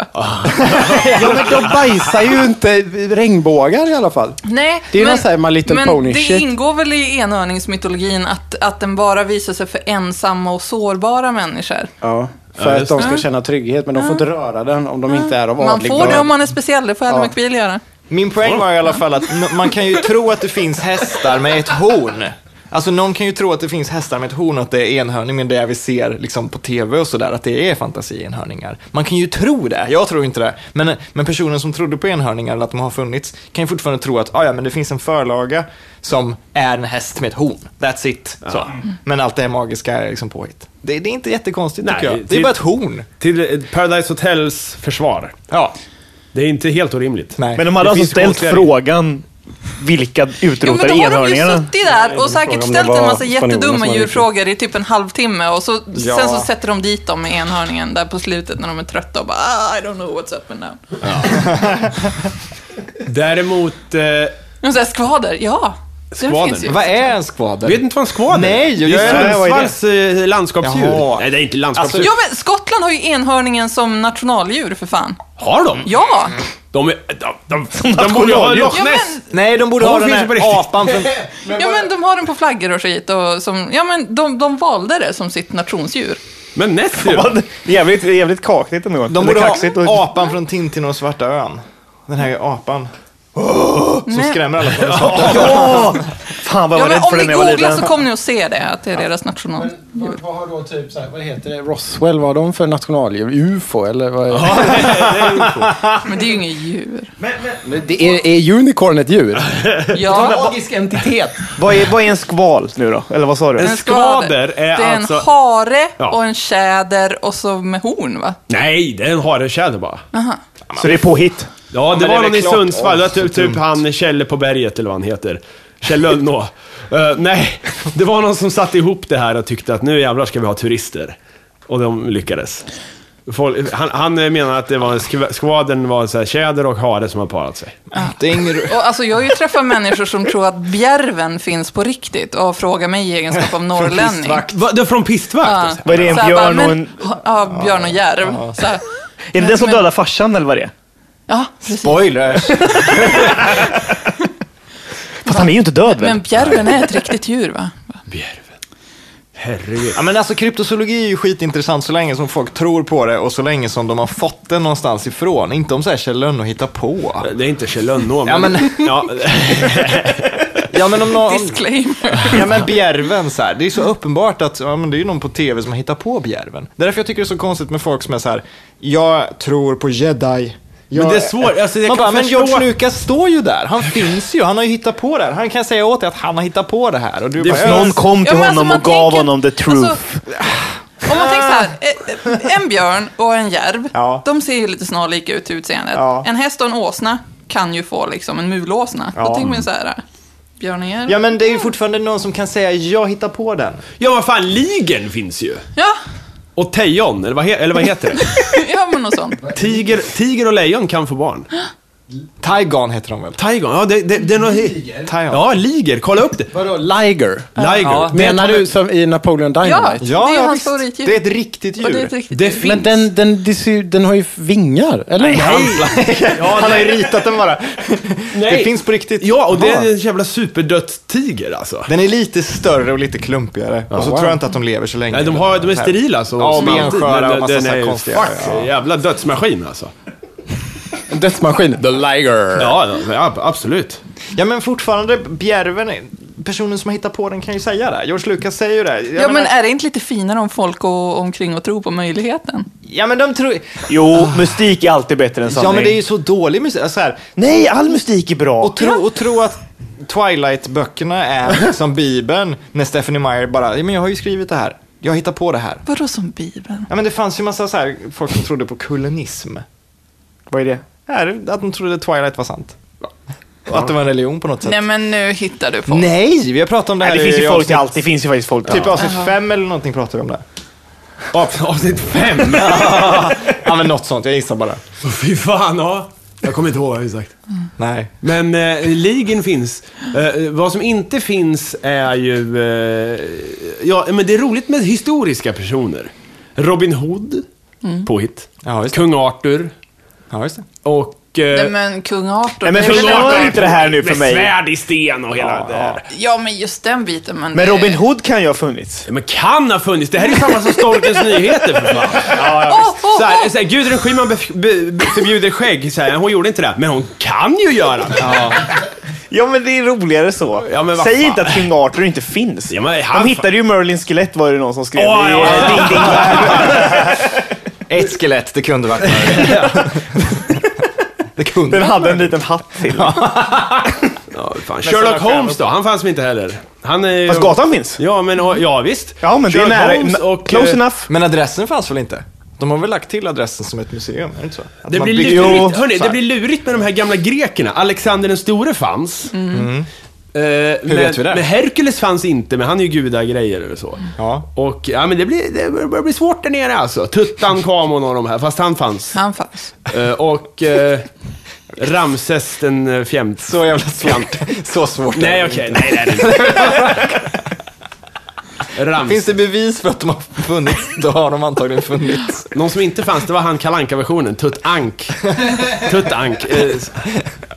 Speaker 7: Ja, men de bajsar ju inte regnbågar i alla fall.
Speaker 3: Nej,
Speaker 7: Det är ju någon sån här My Little
Speaker 3: men
Speaker 7: Pony
Speaker 3: det
Speaker 7: shit.
Speaker 3: ingår väl i enhörningsmytologin att, att den bara visar sig för ensamma och sårbara människor.
Speaker 7: Ja, för att
Speaker 1: just
Speaker 7: de ska känna trygghet. Men de får
Speaker 3: Ah.
Speaker 7: inte röra den om de inte är av
Speaker 3: Man
Speaker 7: adlig
Speaker 3: får det
Speaker 7: börd.
Speaker 3: om man är speciell, det får Ally McBeal göra.
Speaker 2: Min poäng var i alla fall att n- man kan ju tro att det finns hästar med ett horn. Alltså någon kan ju tro att det finns hästar med ett horn och att det är enhörning, men det vi ser liksom på tv och sådär, att det är fantasienhörningar. Man kan ju tro det, jag tror inte det. Men, men personen som trodde på enhörningar eller att de har funnits kan ju fortfarande tro att ah, ja, men det finns en förlaga som är en häst med ett horn. That's it. Så. Men allt det här magiska är liksom påhitt. Det, det är inte jättekonstigt
Speaker 1: Nej,
Speaker 2: tycker jag. Det är
Speaker 1: till-
Speaker 2: bara ett horn.
Speaker 1: Till eh, Paradise Hotels försvar.
Speaker 2: Ja.
Speaker 1: Det är inte helt orimligt.
Speaker 2: Nej.
Speaker 5: Men de hade
Speaker 1: Det
Speaker 5: alltså
Speaker 1: finns
Speaker 5: ställt
Speaker 1: konstigare.
Speaker 5: frågan vilka
Speaker 3: Jo, men
Speaker 5: utrotade
Speaker 3: då har de ju
Speaker 5: enhörningarna.
Speaker 3: suttit där och
Speaker 6: fråga om
Speaker 3: säkert
Speaker 6: det
Speaker 3: ställt
Speaker 6: var
Speaker 3: en massa
Speaker 6: spanjorerna som
Speaker 3: jättedumma
Speaker 6: hade gjort det.
Speaker 3: djurfrågor i typ en halvtimme och så,
Speaker 2: Ja.
Speaker 3: sen så sätter de dit dem med enhörningen där på slutet när de är trötta och bara ah, I don't know what's up and down.
Speaker 1: Däremot, eh,
Speaker 3: Men så här, skvader, ja.
Speaker 1: Skvader.
Speaker 3: Den finns ju.
Speaker 2: Vad är en skvader?
Speaker 1: Vet inte vad en skvader är?
Speaker 2: Nej, jag
Speaker 1: det
Speaker 2: gissar.
Speaker 1: är
Speaker 5: Vad är det?
Speaker 1: Sundsvalls eh, landskapsdjur.
Speaker 2: Jaha.
Speaker 1: Nej, det är inte landskapsdjur.
Speaker 3: Ja, men Skottland har ju enhörningen som nationaldjur för fan.
Speaker 1: Har de?
Speaker 3: Ja!
Speaker 1: De är... De, de, de, borde ha Loch
Speaker 3: Ja,
Speaker 1: Ness.
Speaker 3: men,
Speaker 2: Nej, de borde
Speaker 1: De
Speaker 2: ha den
Speaker 1: finns ju på
Speaker 2: här
Speaker 1: riktigt.
Speaker 2: apan från...
Speaker 3: ja, men de har den på flaggor och skit. Och som, ja, men de, de valde det som sitt nationsdjur.
Speaker 1: Men Ness ju.
Speaker 5: Vad? Jävligt, jävligt kakigt ändå.
Speaker 2: De
Speaker 5: Eller
Speaker 2: borde
Speaker 5: kaxigt
Speaker 2: ha
Speaker 5: och...
Speaker 2: apan från Tintin och Svarta Ön. Den här apan som
Speaker 3: Nej.
Speaker 2: skrämmer alla från den svarta ön.
Speaker 5: Fan vad
Speaker 3: Ja,
Speaker 5: jag var
Speaker 3: men
Speaker 5: rädd för
Speaker 3: om
Speaker 5: den när
Speaker 3: ni
Speaker 5: jag var
Speaker 3: googlar
Speaker 5: liten.
Speaker 3: så kommer ni att se det, att det är deras national...
Speaker 7: Vad, vad har då typ, så här, vad heter det, Roswell, vad har de för nationaldjur? UFO eller? Vad är,
Speaker 3: Men det är ju inget djur.
Speaker 7: Men det är, är unicorn ett djur?
Speaker 3: Ja,
Speaker 7: Magisk entitet.
Speaker 5: Vad är, vad är en skval nu då? Eller vad sa du?
Speaker 1: En skvader är
Speaker 3: Det är en
Speaker 1: alltså...
Speaker 3: hare
Speaker 1: Ja.
Speaker 3: och en tjäder och så med horn, va?
Speaker 1: Nej, det är en haretjäder bara.
Speaker 5: Så det är påhitt?
Speaker 1: Ja, det
Speaker 2: men det är
Speaker 1: var
Speaker 2: väl
Speaker 1: någon i
Speaker 2: klart.
Speaker 1: Sundsvall.
Speaker 2: Åh,
Speaker 1: Det var typ, typ han Kjelle på berget eller vad han heter. Kjell Lönnå. Eh, nej, det var någon som satte ihop det här och tyckte att nu jävlar ska vi ha turister. Och de lyckades. Folk, han, han menar att det var en skv- skvadern var så här, tjäder och hare som har parat sig.
Speaker 2: Det är ingen...
Speaker 3: Och alltså, jag har ju träffat människor som tror att bjärven finns på riktigt och frågar mig i egenskap av norrlänning.
Speaker 1: Va, det är från pistvakt?
Speaker 3: Ja.
Speaker 1: alltså?
Speaker 5: Vad är det, en
Speaker 3: Så här
Speaker 5: björn
Speaker 3: bara,
Speaker 5: och
Speaker 3: men-
Speaker 5: en...
Speaker 3: Ja, björn och järv. Så här.
Speaker 5: Är det den som
Speaker 3: men-
Speaker 5: dödar farsan eller vad det är?
Speaker 3: Ja, precis.
Speaker 2: Spoiler!
Speaker 5: Fast han är ju inte död väl?
Speaker 3: Men bjärven är ett riktigt djur, va?
Speaker 1: Bjärven. Herregud.
Speaker 2: Ja, men alltså, kryptozoologi är ju skitintressant så länge som folk tror på det och så länge som de har fått det någonstans ifrån. Inte om så här Kjell Lönnå hittar på.
Speaker 1: Det är inte Kjell Lönnå,
Speaker 2: Ja, men-
Speaker 1: Ja,
Speaker 2: Ja men om någon...
Speaker 3: Disclaimer.
Speaker 2: Ja men bjärven så här. Det är så uppenbart att ja, men det är ju någon på tv som har hittat på bjärven. Det är därför jag tycker det är så konstigt med folk som är så här. Jag tror på jedi. Jag
Speaker 1: Men det är svårt. Alltså, jag
Speaker 2: man
Speaker 1: kan
Speaker 2: bara, men
Speaker 1: förstå-
Speaker 2: George Lucas står ju där. Han finns ju. Han har ju hittat på det här. Han kan säga åt dig att han har hittat på det här. Och du bara,
Speaker 5: Någon kom
Speaker 3: Ja,
Speaker 5: till
Speaker 3: men alltså,
Speaker 5: honom
Speaker 3: man
Speaker 5: och gav
Speaker 3: tänker-
Speaker 5: honom the truth.
Speaker 3: alltså, om man tänker så här, eh, eh, en björn och en järv,
Speaker 2: Ja.
Speaker 3: de ser ju lite snarlika ut till utseendet.
Speaker 2: Ja.
Speaker 3: En häst och en åsna kan ju få liksom en mulåsna. Då tänker man så här, eh, björn och järv.
Speaker 2: Ja men det är ju fortfarande någon som kan säga jag hittar på den.
Speaker 1: ja vad fan, ligern finns ju.
Speaker 3: Ja,
Speaker 1: Och tejon, eller vad, he- eller vad heter det?
Speaker 3: ja men något sånt.
Speaker 1: Tiger, tiger och lejon kan få barn.
Speaker 2: Taigon heter de väl?
Speaker 1: Tigon, ja det, det, det är något... Liger?
Speaker 2: Tiger.
Speaker 1: Ja, liger. Kolla upp det.
Speaker 7: Vadå, liger?
Speaker 1: Liger.
Speaker 7: Menar du som i Napoleon
Speaker 3: Ja,
Speaker 7: Dynamite?
Speaker 3: det är
Speaker 2: ja,
Speaker 3: hans
Speaker 2: visst.
Speaker 3: favoritdjur.
Speaker 2: Det är ett riktigt djur.
Speaker 3: Och det är ett riktigt
Speaker 1: Det
Speaker 3: djur.
Speaker 1: finns.
Speaker 7: Men den, den, det ser ju- den har ju vingar, eller?
Speaker 1: Ja,
Speaker 2: Han har ju ritat den bara.
Speaker 1: Nej.
Speaker 2: Det finns på riktigt.
Speaker 1: Ja, och det är
Speaker 2: Ja.
Speaker 1: en jävla superdött tiger alltså.
Speaker 2: Den är lite större och lite klumpigare. och så tror jag inte att de lever så länge.
Speaker 1: Nej, de, har, de är sterila så.
Speaker 2: Ja, och
Speaker 1: som alltid,
Speaker 2: bensköra
Speaker 1: men
Speaker 2: och
Speaker 1: den-
Speaker 2: massa
Speaker 1: den
Speaker 2: så här
Speaker 1: är ju-
Speaker 2: konstiga,
Speaker 1: Fuck,
Speaker 2: ja.
Speaker 1: jävla dödsmaskin alltså.
Speaker 7: En dödsmaskin. The liger.
Speaker 1: Ja, ja, absolut.
Speaker 2: Ja, men fortfarande, bjärven, är- personen som har hittat på den kan ju säga det. George Lucas säger ju det. Jag
Speaker 3: Ja, men äh,
Speaker 2: menar-
Speaker 3: är det inte lite finare om folk går omkring och tror på möjligheten?
Speaker 2: ja, men de tror...
Speaker 5: Jo, mystik är alltid bättre än sanning.
Speaker 2: Ja, men det är ju så dålig musik. Alltså, här,
Speaker 5: Nej, all mystik är bra.
Speaker 2: och, tro, och tro att Twilight-böckerna är som Bibeln, när Stephanie Meyer bara, ja, men jag har ju skrivit det här. Jag hittar på det här.
Speaker 3: Vadå som Bibeln?
Speaker 2: Ja, men det fanns ju massa så här, folk som trodde på kulinism.
Speaker 5: Vad är det?
Speaker 2: Här, att de trodde Twilight var sant. Och att det var en religion på något sätt.
Speaker 3: Nej, men nu hittar du på.
Speaker 2: Nej, vi har pratat om det här
Speaker 5: Nej, det finns
Speaker 2: i
Speaker 5: ju folk
Speaker 2: avsnitt-
Speaker 5: till allt. Det finns ju faktiskt folk till
Speaker 2: Typ i avsnitt fem eller någonting pratar vi om det.
Speaker 1: Av- Avsnitt fem.
Speaker 2: Ja, men något sånt. Jag gissar bara.
Speaker 1: Fy fan, ja. Jag kommer inte ihåg vad jag sagt.
Speaker 2: Nej.
Speaker 1: Men eh, ligen finns. Eh, vad som inte finns är ju... Eh, ja, men det är roligt med historiska personer. Robin Hood,
Speaker 3: Mm.
Speaker 1: påhitt.
Speaker 2: Ja, just det.
Speaker 1: Kung Arthur
Speaker 2: Ja, just det.
Speaker 1: och... Eh,
Speaker 3: Nej, men kung Arthur.
Speaker 5: Nej, men
Speaker 3: det är
Speaker 5: kung
Speaker 3: väl
Speaker 5: Arthur-
Speaker 3: ändå-
Speaker 5: Gör inte det här nu för
Speaker 1: med
Speaker 5: mig.
Speaker 1: svärd i sten och hela det där.
Speaker 3: Ja, men just den biten. Men,
Speaker 5: Men Robin Hood kan ju ha funnits.
Speaker 1: Men kan ha funnits. Det här är ju samma som Storkens Nyheter för fan.
Speaker 3: Åh, åh,
Speaker 1: Så här,
Speaker 3: åh!
Speaker 1: så här, Gudrun Schyman bef- be- be- förbjuder skägg. Så här, hon gjorde inte det, men hon kan ju göra det.
Speaker 5: Ja, men det är roligare så.
Speaker 1: Ja, men vad
Speaker 5: Säg
Speaker 1: fan.
Speaker 5: inte att kung Arthur inte finns.
Speaker 1: Ja, men han-
Speaker 5: De hittade ju Merlins skelett var det någon som skrev.
Speaker 1: Åh,
Speaker 5: i,
Speaker 1: ja,
Speaker 5: eh,
Speaker 1: ja.
Speaker 5: Ding, ding.
Speaker 2: Ett skelett, det kunde varit möjligt. Det kunde.
Speaker 5: Den hade en liten hatt till.
Speaker 1: Ja, fan. Sherlock Holmes då, han fanns inte heller. Han är ju...
Speaker 5: Fast gatan finns.
Speaker 1: Ja, men och, ja visst.
Speaker 5: Ja, men
Speaker 1: Sherlock
Speaker 5: det är nära.
Speaker 1: Holmes
Speaker 5: Och,
Speaker 1: och,
Speaker 5: Close
Speaker 1: eh,
Speaker 5: enough.
Speaker 2: Men adressen fanns väl inte? De har väl lagt till adressen som ett museum? Är det inte så? Att
Speaker 1: Det
Speaker 2: man
Speaker 1: blir,
Speaker 2: byggt
Speaker 1: lurigt,
Speaker 2: ut så
Speaker 1: hörni,
Speaker 2: här.
Speaker 1: det blir lurigt med de här gamla grekerna. Alexander den store fanns.
Speaker 5: Mm.
Speaker 1: Eh, men,
Speaker 2: vet vi det?
Speaker 1: Men Herkules fanns inte, men han är ju gudagrejer eller så.
Speaker 2: Ja.
Speaker 1: Och ja, men det, blir, det börjar bli svårt där nere alltså. Tuttan, Kamon och de här, fast han fanns.
Speaker 3: Han fanns.
Speaker 1: Eh, och eh, Ramses den eh, fjärde.
Speaker 2: Så jävla svårt. Så svårt.
Speaker 1: Nej, okej. Nej, nej, nej. Ramses.
Speaker 2: Finns det bevis för att de har funnits? Då har de antagligen funnits.
Speaker 1: Någon som inte fanns, det var han kalanka versionen Tutt-Ank. Tutt-Ank. Eh, s-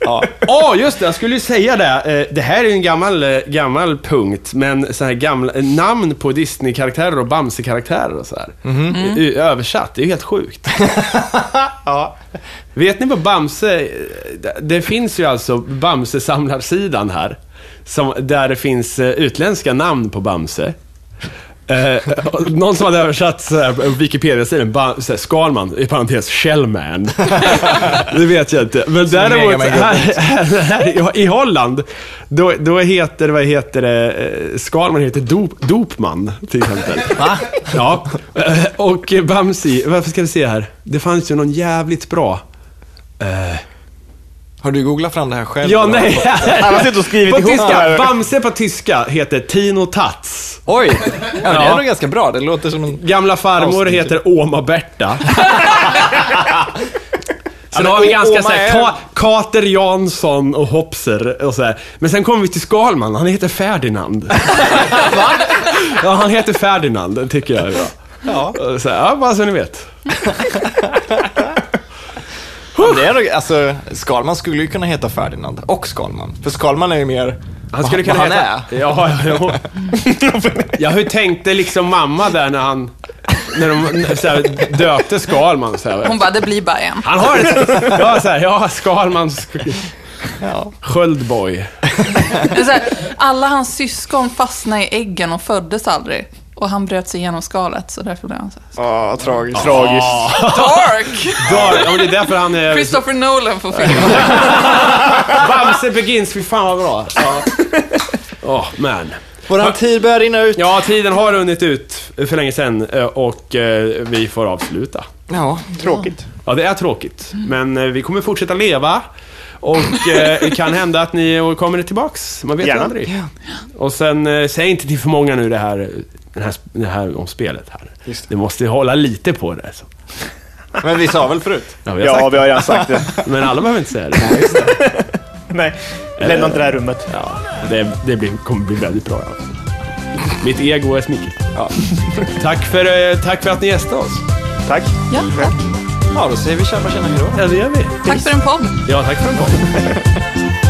Speaker 1: Ja, Åh, just det. Jag skulle ju säga det. Eh, Det här är ju en gammal, eh, gammal punkt, men så här gamla eh, namn på Disney-karaktärer och Bamse-karaktärer och så här. I- i- Översatt. Det är ju helt sjukt. Vet ni vad Bamse... eh, det- Det finns ju alltså Bamse-samlarsidan här. Som, där det finns eh, utländska namn på Bamse. Eh, och någon som hade översatt så här, på Wikipedia-sidan, ba- så här, Skalman, i parentes, Shellman. det vet jag inte. Men däremot,
Speaker 2: Megaman-gubben.
Speaker 1: här, här, här, i Holland, då, då heter, vad heter det, eh, Skalman heter dop, Dopman, till exempel. Va? Ja. Eh, och eh, Bamsi, varför ska vi se här? Det fanns ju någon jävligt bra.
Speaker 2: Har du googlat fram det här själv?
Speaker 1: Ja,
Speaker 2: eller?
Speaker 1: nej.
Speaker 5: Han har suttit och skrivit
Speaker 1: på
Speaker 5: ihop det
Speaker 1: tyska,
Speaker 5: här.
Speaker 1: Bamse på tyska heter Tino Tats.
Speaker 2: Oj! Ja, men Det
Speaker 1: Ja.
Speaker 2: är nog ganska bra. Det låter som en...
Speaker 1: Gamla farmor
Speaker 2: Avsnitt.
Speaker 1: heter Åma-Berta. Sen har vi
Speaker 2: Å-
Speaker 1: ganska
Speaker 2: Åma
Speaker 1: såhär,
Speaker 2: är-
Speaker 1: Ka- Kater Jansson och Hopser och såhär. Men sen kommer vi till Skalman, han heter Ferdinand. Va? Ja, han heter Ferdinand, det tycker jag är bra.
Speaker 2: Ja.
Speaker 1: Och Så här, ja, bara så ni vet.
Speaker 2: Ja, men Det är, nog- alltså, Skalman skulle ju kunna heta Ferdinand och Skalman. För Skalman är ju mer
Speaker 1: Han skulle
Speaker 2: vad-
Speaker 1: kunna
Speaker 2: vad
Speaker 1: heta...
Speaker 2: han är.
Speaker 1: Ja, ja, ja. ja, hur tänkte liksom mamma där när han... När de så här, döpte Skalman så här.
Speaker 3: Hon bara, det blir bara en.
Speaker 1: Han har ett... Ja, så här, ja, Skalman... Sk-
Speaker 2: Ja.
Speaker 1: Sköldboy.
Speaker 3: Det är så här, alla hans syskon fastnade i äggen och föddes aldrig. Och han bröt sig igenom skalet, så därför blev han så här.
Speaker 5: Ja, tragiskt. Tragiskt.
Speaker 3: Dark!
Speaker 1: Ja, men det är därför han är...
Speaker 3: Christopher Nolan får film.
Speaker 1: Bamse Begins, fy fan vad bra. Ja. Åh, man.
Speaker 2: Våran tid börjar rinna ut.
Speaker 1: Ja, tiden har runnit ut för länge sedan eh, och eh, vi får avsluta.
Speaker 2: Ja.
Speaker 5: Tråkigt.
Speaker 1: Ja, det är tråkigt, men eh, vi kommer fortsätta leva och eh, det kan hända att ni kommer tillbaks. Man vet
Speaker 5: Gärna.
Speaker 1: aldrig. Och sen, eh, säg inte till för många nu det här, eh, den här, det här om spelet här.
Speaker 2: Just det.
Speaker 1: Ni måste ju hålla lite på det. Så.
Speaker 2: Men vi sa väl förut?
Speaker 1: Ja, vi har
Speaker 5: Ja,
Speaker 1: sagt
Speaker 5: vi har redan sagt det.
Speaker 1: det. Men alla behöver inte säga det.
Speaker 5: Nej, lämna inte det här rummet.
Speaker 1: Ja, det, det blir, kommer bli väldigt bra. Ja. Mitt ego är smickrat. tack, för, eh, tack för att ni gästade oss.
Speaker 5: Tack.
Speaker 3: Ja, tack.
Speaker 2: Ja, då säger vi tjabba tjena hejdå.
Speaker 1: Ja, det gör vi.
Speaker 3: tack för en podd.
Speaker 1: Ja, tack för att ni kom.